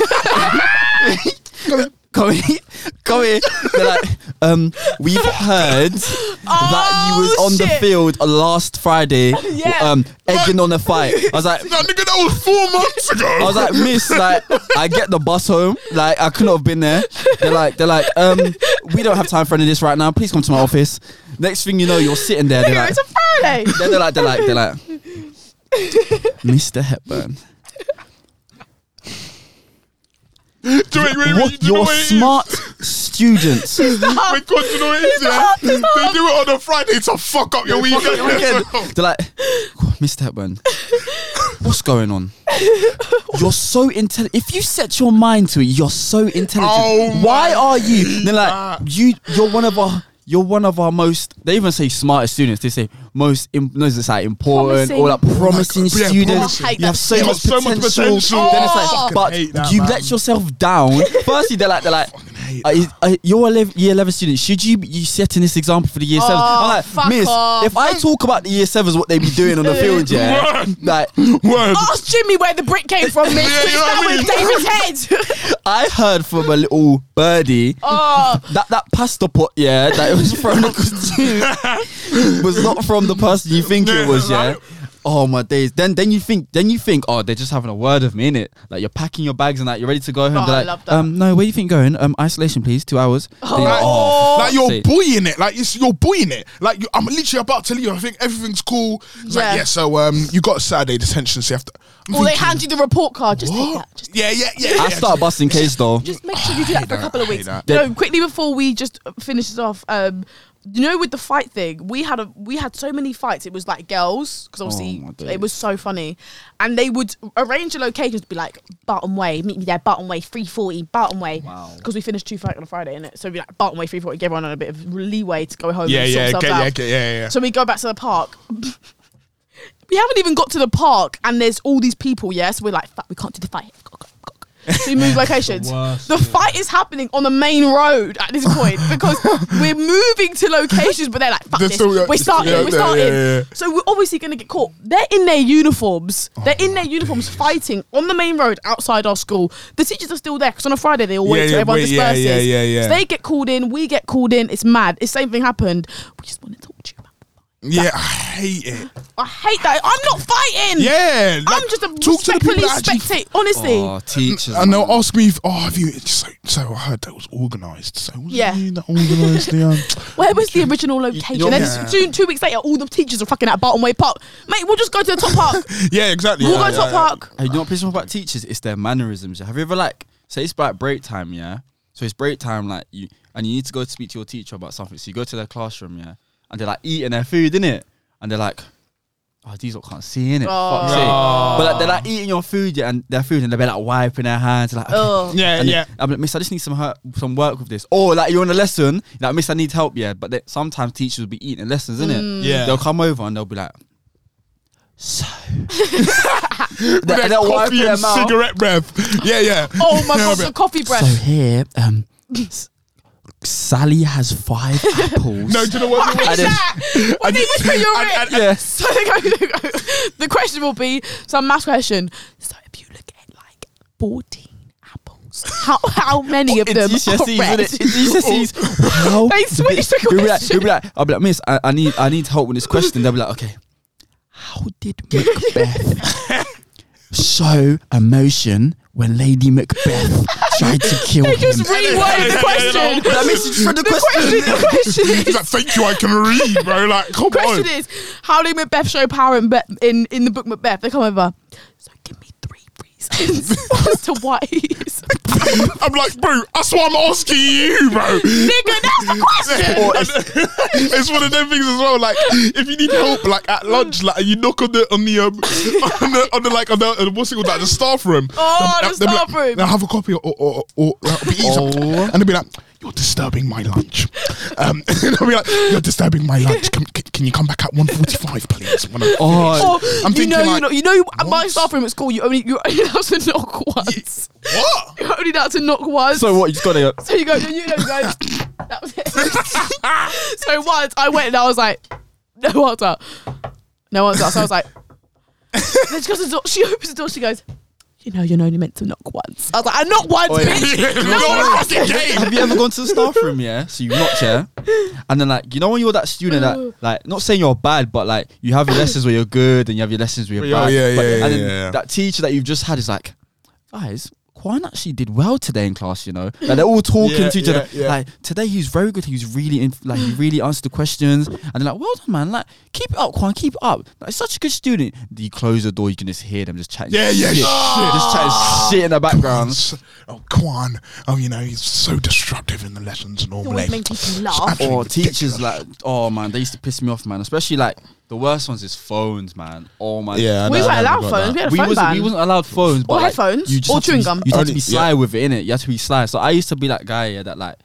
come here. Come here. They're like, um, we've heard that you was Oh, on the shit. field last Friday, (laughs) Yeah. um, egging on a fight. I was like, No, nigga, (laughs) that was four months ago. I was like, Miss, like, I get the bus home. Like, I couldn't have been there. They're like, they're like, um, we don't have time for any of this right now. Please come to my office. Next thing you know, you're sitting there. They're Here, like, it's a Friday. they're, they're like, they're like, they're like, (laughs) Mr. Hepburn, Do you know what- what, do you know you're what it is? smart students. Oh my God, you know what it is, yeah? They do it on a Friday to fuck up your weekend. Again, (laughs) they're like, "Oh, (laughs) Mr. Hepburn, what's going on? You're so intelligent. If you set your mind to it, you're so intelligent. Oh Why my are you? And They're God. like, you. You're one of our. You're one of our most. They even say smartest students. They say most. Im- no, it's like important Promising. or like promising Yeah, students. promising. You have so, You've much, got so much potential. potential. Then it's Oh. like, Fucking but hate that, you man. let (laughs) yourself down. Firstly, they're like, they're like, hate uh, is- uh, you're a lev- year eleven student. Should you be you setting this example for the year seven? Oh, I'm like, fuck miss, off. if I talk about the year sevens, what they be doing on the field, yeah, like (laughs) Word. Ask Jimmy where the brick came (laughs) from, miss. Yeah, you know that what I was David's (laughs) head. I heard from a little birdie oh, that that pasta pot, yeah, that it was from was not from the (laughs) person you think it was, yeah. Oh my days! Then, then you think, then you think, oh, they're just having a word of me in it. Like you're packing your bags and that you're ready to go home. Oh, They're I like, love that. Um, no, where do you think you're going? Um, isolation, please, two hours. Then you're (laughs) like, Oh. for Like you're fuck's sake. buoying it, like it's, you're buoying it. Like you, I'm literally about to leave. I think everything's cool. It's Yeah. like yeah, so um, you got a Saturday detention, so you have to. I'm or they thinking, hand you the report card. Just take What? that. Just, yeah, yeah, yeah. yeah. I start busting case though. just make sure you do that for a couple of weeks. that. No, quickly before we just finish this off. Um, you know, with the fight thing, we had a we had so many fights. It was like girls Oh, because my obviously days. it was so funny, and they would arrange the locations. Be like Barton Way, meet me there. Barton Way, three forty. Barton Way, Wow. because we finished two fight on a Friday, innit? So we like Barton Way, three forty. Give everyone a bit of leeway to go home. Yeah, and sort yeah, themselves get, out. yeah, get, yeah, yeah. So we go back to the park. (laughs) we haven't even got to the park, and there's all these people. Yes, we're like, fuck, we can't do the fight. So he moved locations. worst, The yeah. fight is happening on the main road at this (laughs) point because we're moving to locations, but they're like, fuck They're this. still- yeah, we're it's still starting, out we're there, starting. yeah, yeah. So we're obviously going to get caught. They're in their uniforms. They're in their uniforms fighting on the main road outside our school. The teachers are still there because on a Friday they all wait Yeah, till yeah, everyone wait, yeah, disperses. yeah, yeah, yeah. So they get called in, we get called in. It's mad. It's same thing happened. We just want to talk to you about Yeah, I hate it. I hate that. I'm not fighting. Yeah, I'm just a respectfully spectate. Honestly. Oh, teachers. And they'll man. ask me, if, oh, have you? It's so, so I heard that was organised. So was Yeah. yeah, you that organised the um, Where was the original location? you're- and then Yeah. two, two weeks later, all the teachers are fucking at Barton Way Park. Mate, we'll just go to the top park. (laughs) Yeah, exactly. We'll go yeah, to yeah, top yeah. park. Hey, you know what pisses me off about teachers? It's their mannerisms. Have you ever like say it's like break time, yeah? So it's break time, like you and you need to go speak to your teacher about something. So you go to their classroom, yeah, and they're like eating their food, innit? And they're like, Oh, these lot can't see innit. Oh. Fuck's sake. But like, they're like eating your food, yeah, and their food, and they'll be like wiping their hands, like, okay. Ugh. Yeah, And yeah. then- I'm like, Miss, I just need some her- some work with this. Or like you're on a lesson, you're like Miss, I need help, yeah. But they, sometimes teachers will be eating lessons, innit? Mm. Yeah. They'll come over and they'll be like, (laughs) so. With they'll, that they'll wipe coffee their and mouth. cigarette breath. (laughs) Yeah, yeah. (laughs) Oh my Yeah, god, but- the coffee breath. So here, um, S- Sally (laughs) has five apples. No, do you know what? I (laughs) hate didn't- that. When I they didn't- whisper your I- ear. I- (laughs) (laughs) Yeah. So they go, they go. The question will be some math question. So if you look at like 14 apples, how, how many of them It's are GCSEs, red? Oh, innit? (laughs) It's GCSEs. How They switched the They'll be like, question. they'll be like, I'll be like, Miss, I, I need, I need help with this question. They'll be like, okay. How did Macbeth show emotion when Lady (laughs) Macbeth tried to kill They just him? (laughs) reworded the question. That makes you read the The question. question, (laughs) the question is, He's like, thank you, I can read, bro. Like, come question on. is how did Macbeth show power in, Be- in in the book Macbeth? They come over. So give me three (laughs) reasons as to why he is. I'm like, bro, that's why I'm asking you, (laughs) bro. Nigga, that's the question. Or it's, (laughs) it's one of them things as well. Like, if you need help, like at lunch, like you knock on the on the um (laughs) on the, on the like on the uh, what's it called, like the staff room. Oh, They'll- the they'll be staff like, room. Now have a copy or or, or, or that'll be easier." Oh. and they'll be like, "You're disturbing my lunch." Um, (laughs) and I'll be like, "You're disturbing my lunch. Can, can, can you come back at 1.45, please?" When (laughs) I'm Oh, finished?" Or, I'm you thinking know, you like, know, you know, at my what? staff room at school, you only you're only (laughs) allowed to knock once. what? You're only allowed to knock once. (laughs) So what? You just got to. So you go, you (laughs) know, you go. that was it. so once I went and I was like, no answer, no answer. So I was like, then she goes to the door. She opens the door. She goes, you know, you're only meant to knock once. I was like, I knock once, Oh, yeah. bitch. (laughs) No, no, no. game. Have you ever gone to the staff room, yeah? So you watch, yeah? And then, like, you know, when you're that student that, like, not saying you're bad, but, like, you have your lessons where you're good and you have your lessons where you're Yeah, bad. yeah, but, yeah, And yeah, then yeah. that teacher that you've just had is like, guys, Kwan actually did well today in class, you know? Like, they're all (laughs) talking Yeah, to each other. yeah, yeah. Like, today he's very good. He's really, in, like, he really answered the questions. And they're like, well done, man. Like, keep it up, Kwan, keep it up. Like, such a good student. You close the door, you can just hear them just chatting. Yeah, yeah, shit. shit. Just chatting shit in the background. Kwan's- Oh, Kwan. Oh, you know, he's so disruptive in the lessons normally. Always make people laugh. Actually or teachers ridiculous. like oh man they used to piss me off man especially like the worst ones is phones man oh man Yeah, I We know, weren't I know, allowed got phones. that. We had a we phone wasn't, ban. we wasn't allowed phones but Or like, headphones, you just or had to chewing be- gum. you just had Only- to be sly yeah. with it innit you had to be sly so I used to be that guy yeah, that like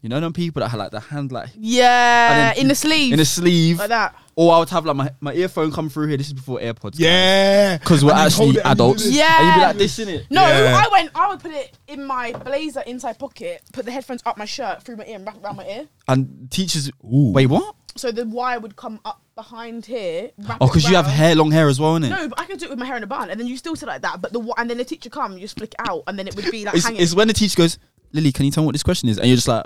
you know them people that had like the hand like Yeah, And then in the sleeve, in a sleeve like that. or I would have like my, my earphone come through here this is before AirPods Yeah. because we're And you hold it actually and you do adults this. Yeah. and you'd be like this innit No, Yeah. I went. I would put it in my blazer inside pocket, put the headphones up my shirt, through my ear, and wrap around my ear. and teachers wait what So the wire would come up behind here. wrap oh it because you have round. hair long hair as well innit No, but I could do it with my hair in a bun, and then you still sit like that. But the wi- and then the teacher come, you just flick it out, and then it would be like it's, hanging. it's when the teacher goes Lily can you tell me what this question is and you're just like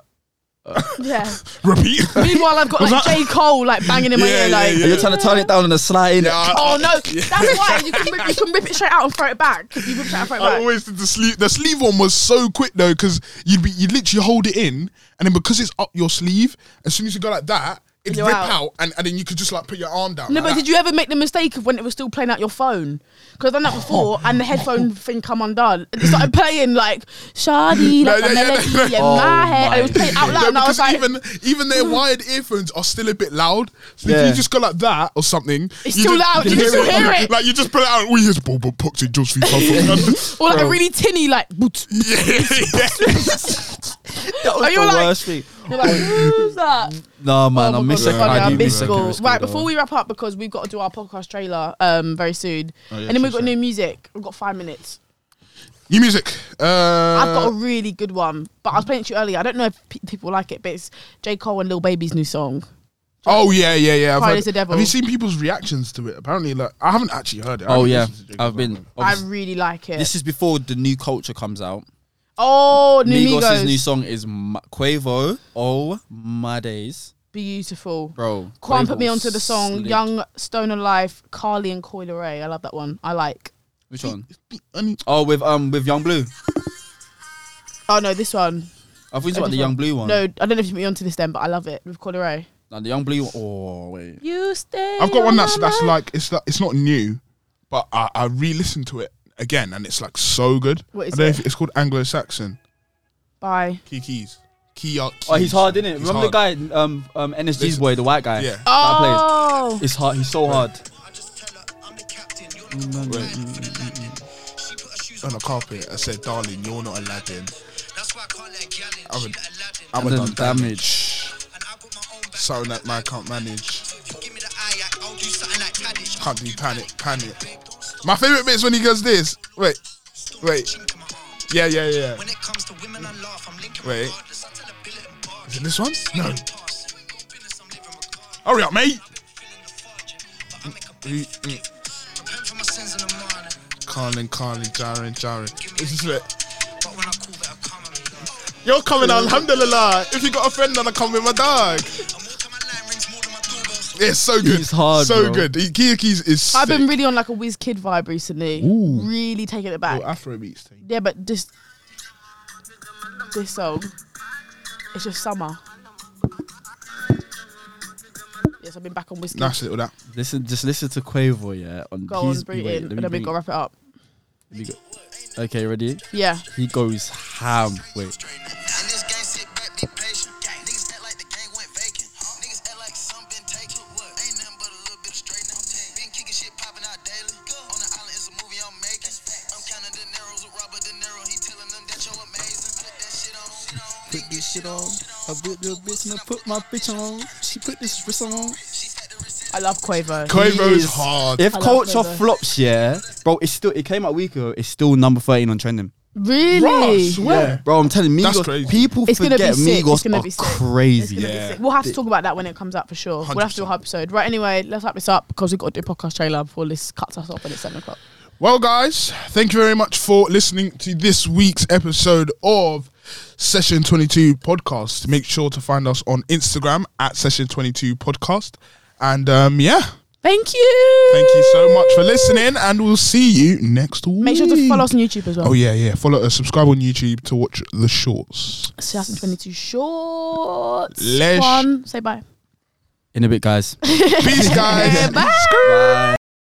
(laughs) (laughs) yeah. Repeat. Meanwhile, I've got Was like that- J Cole like banging in my (laughs) Yeah, ear, yeah, like. yeah. and you're trying to turn it down on the slide (laughs) innit? Yeah, (laughs) Oh no! That's why you can rip, you can rip it straight out and throw it back. You rip it out and throw it (laughs) I back. always did the sleeve. The sleeve one was so quick though, because you'd be you literally hold it in, and then because it's up your sleeve, as soon as you go like that, it'd You're rip out. out, and, and then you could just like put your arm down. No, like but that. did you ever make the mistake of when it was still playing out your phone? Because I've done that Oh. before, and the headphone thing come undone. It started playing like Shadi, (laughs) No, like yeah, my yeah, melody, no, no. and Oh my head, and it was my playing out loud, No, and I was because like, even even their wired earphones are still a bit loud. So Yeah. if you just go like that or something, It's you still just- loud, you can still hear it. Like you just put it out. and We just boom, boom, pucks it just for you. or like a really tinny, like, (laughs) boot. That was Are you the like- worst thing. You're like, who's that? No man, Oh I my miss God, second. God, I I do miss miss school. secondary school. Right, before we wrap up, because we've got to Oh, do our podcast trailer um very soon, and then we've got new music. We've got five minutes. New music. Uh, I've got a really good one, but I was playing it to you earlier. I don't know if pe- people like it, but it's J. Cole and Lil Baby's new song. oh yeah, yeah, yeah. I've Pride heard- is the devil. Have you seen people's reactions to it? Apparently, like I haven't actually heard it. I Oh haven't yeah, listened to J. Cole's I've been. album. I obviously- really like it. This is before the new culture comes out. oh, New Migos' Migos, new song is Ma- Quavo. Oh my days, beautiful. bro. Quan put Quavo me onto the song slipped. Young Stone Alive, Carly and Coil Ray. I love that one. I like. Which one? I mean, Oh, with um with Young Blue. Oh no, this one. I think it's about this the Young Blue one. No, I don't know if you put me onto this then, but I love it with Coil Ray. Nah, the Young Blue. One. Oh wait. You stay. I've got one on that's my that's mind. like it's like, it's not new, but I, I re-listened to it again and it's like so good. What is I don't it? Know if it's called Anglo-Saxon. Bye. Key keys. Key, uh, Oh, he's hard, isn't it? He's Remember hard. the guy, um, um, NSG's Listen. boy, the white guy. Yeah. Oh, It's hard. He's so hard. mm, on the carpet. I said, darling, you're not Aladdin. I'm a, I'm I'm a done done damage. Something that man can't manage. Can't do panic, panic. My favorite bit is when he goes this. Wait, wait. Yeah, yeah, yeah. When it comes to women, I laugh. I'm linking Wait. regardless. I tell a billet and bar. Is it this one? No. Pass. Go business, I'm living regardless. Hurry up, mate. Feeling the forge, but I make a Mm, mm. repent for my sins in the morning. Carlin, Carlin, Jaren, Jaren. Is this it? But when I call that, I come and be gone. You're coming, alhamdulillah. If you got a friend, then I come with my dog. I'm all time my line rings more than my doorbell. It's so good. He's hard, So bro. good. He- Key keys is sick. I've been really on like a whiz kid vibe recently. Really taking it back. Little Afro beats thing. Yeah, but this this song, it's just summer. Yes, I've been back on whiskey. Nice little that. Listen, just listen to Quavo. Yeah, on Go on, he's- bring wait, let me it in, and then we bring- gotta wrap it up. let me go. Okay, ready? Yeah, He goes ham. Wait. In this game, sit back, be patient. Niggas act like the game went vacant. Niggas act like some been taken. Ain't nothing but a little bit of straightening. Been kicking shit popping out daily. On the island, it's a movie I'm making. I'm counting the narrows with Robert De Niro. He telling them that you're amazing. Put that shit on. Put this shit on. I whipped your bitch and I put my bitch on. She put this wrist on. I love Quavo. Quavo is is- hard. If I love culture Quavo. flops, yeah, bro, it's still it came out a week ago. It's still number thirteen on trending, Really? bro. I'm telling That's Migos, crazy. people It's gonna be forget sick, it's Migos gonna are be sick. crazy. It's gonna be Yeah. sick. We'll have to talk about that when it comes out for sure. we will have to do a 100%. episode. Right, anyway, let's wrap this up because we've got to do a podcast trailer before this cuts us off and it's 7 o'clock. Well, guys, thank you very much for listening to this week's episode of Session 22 Podcast. Make sure to find us on Instagram at Session 22 Podcast. And um, yeah, Thank you. thank you so much for listening, and we'll see you next week. Make sure to follow us on YouTube as well. Oh, yeah, yeah. Follow us, subscribe on YouTube to watch (laughs) the shorts. 2022 shorts. Lesh. One. Say bye. In a bit, guys. (laughs) Peace, guys. Bye. Bye.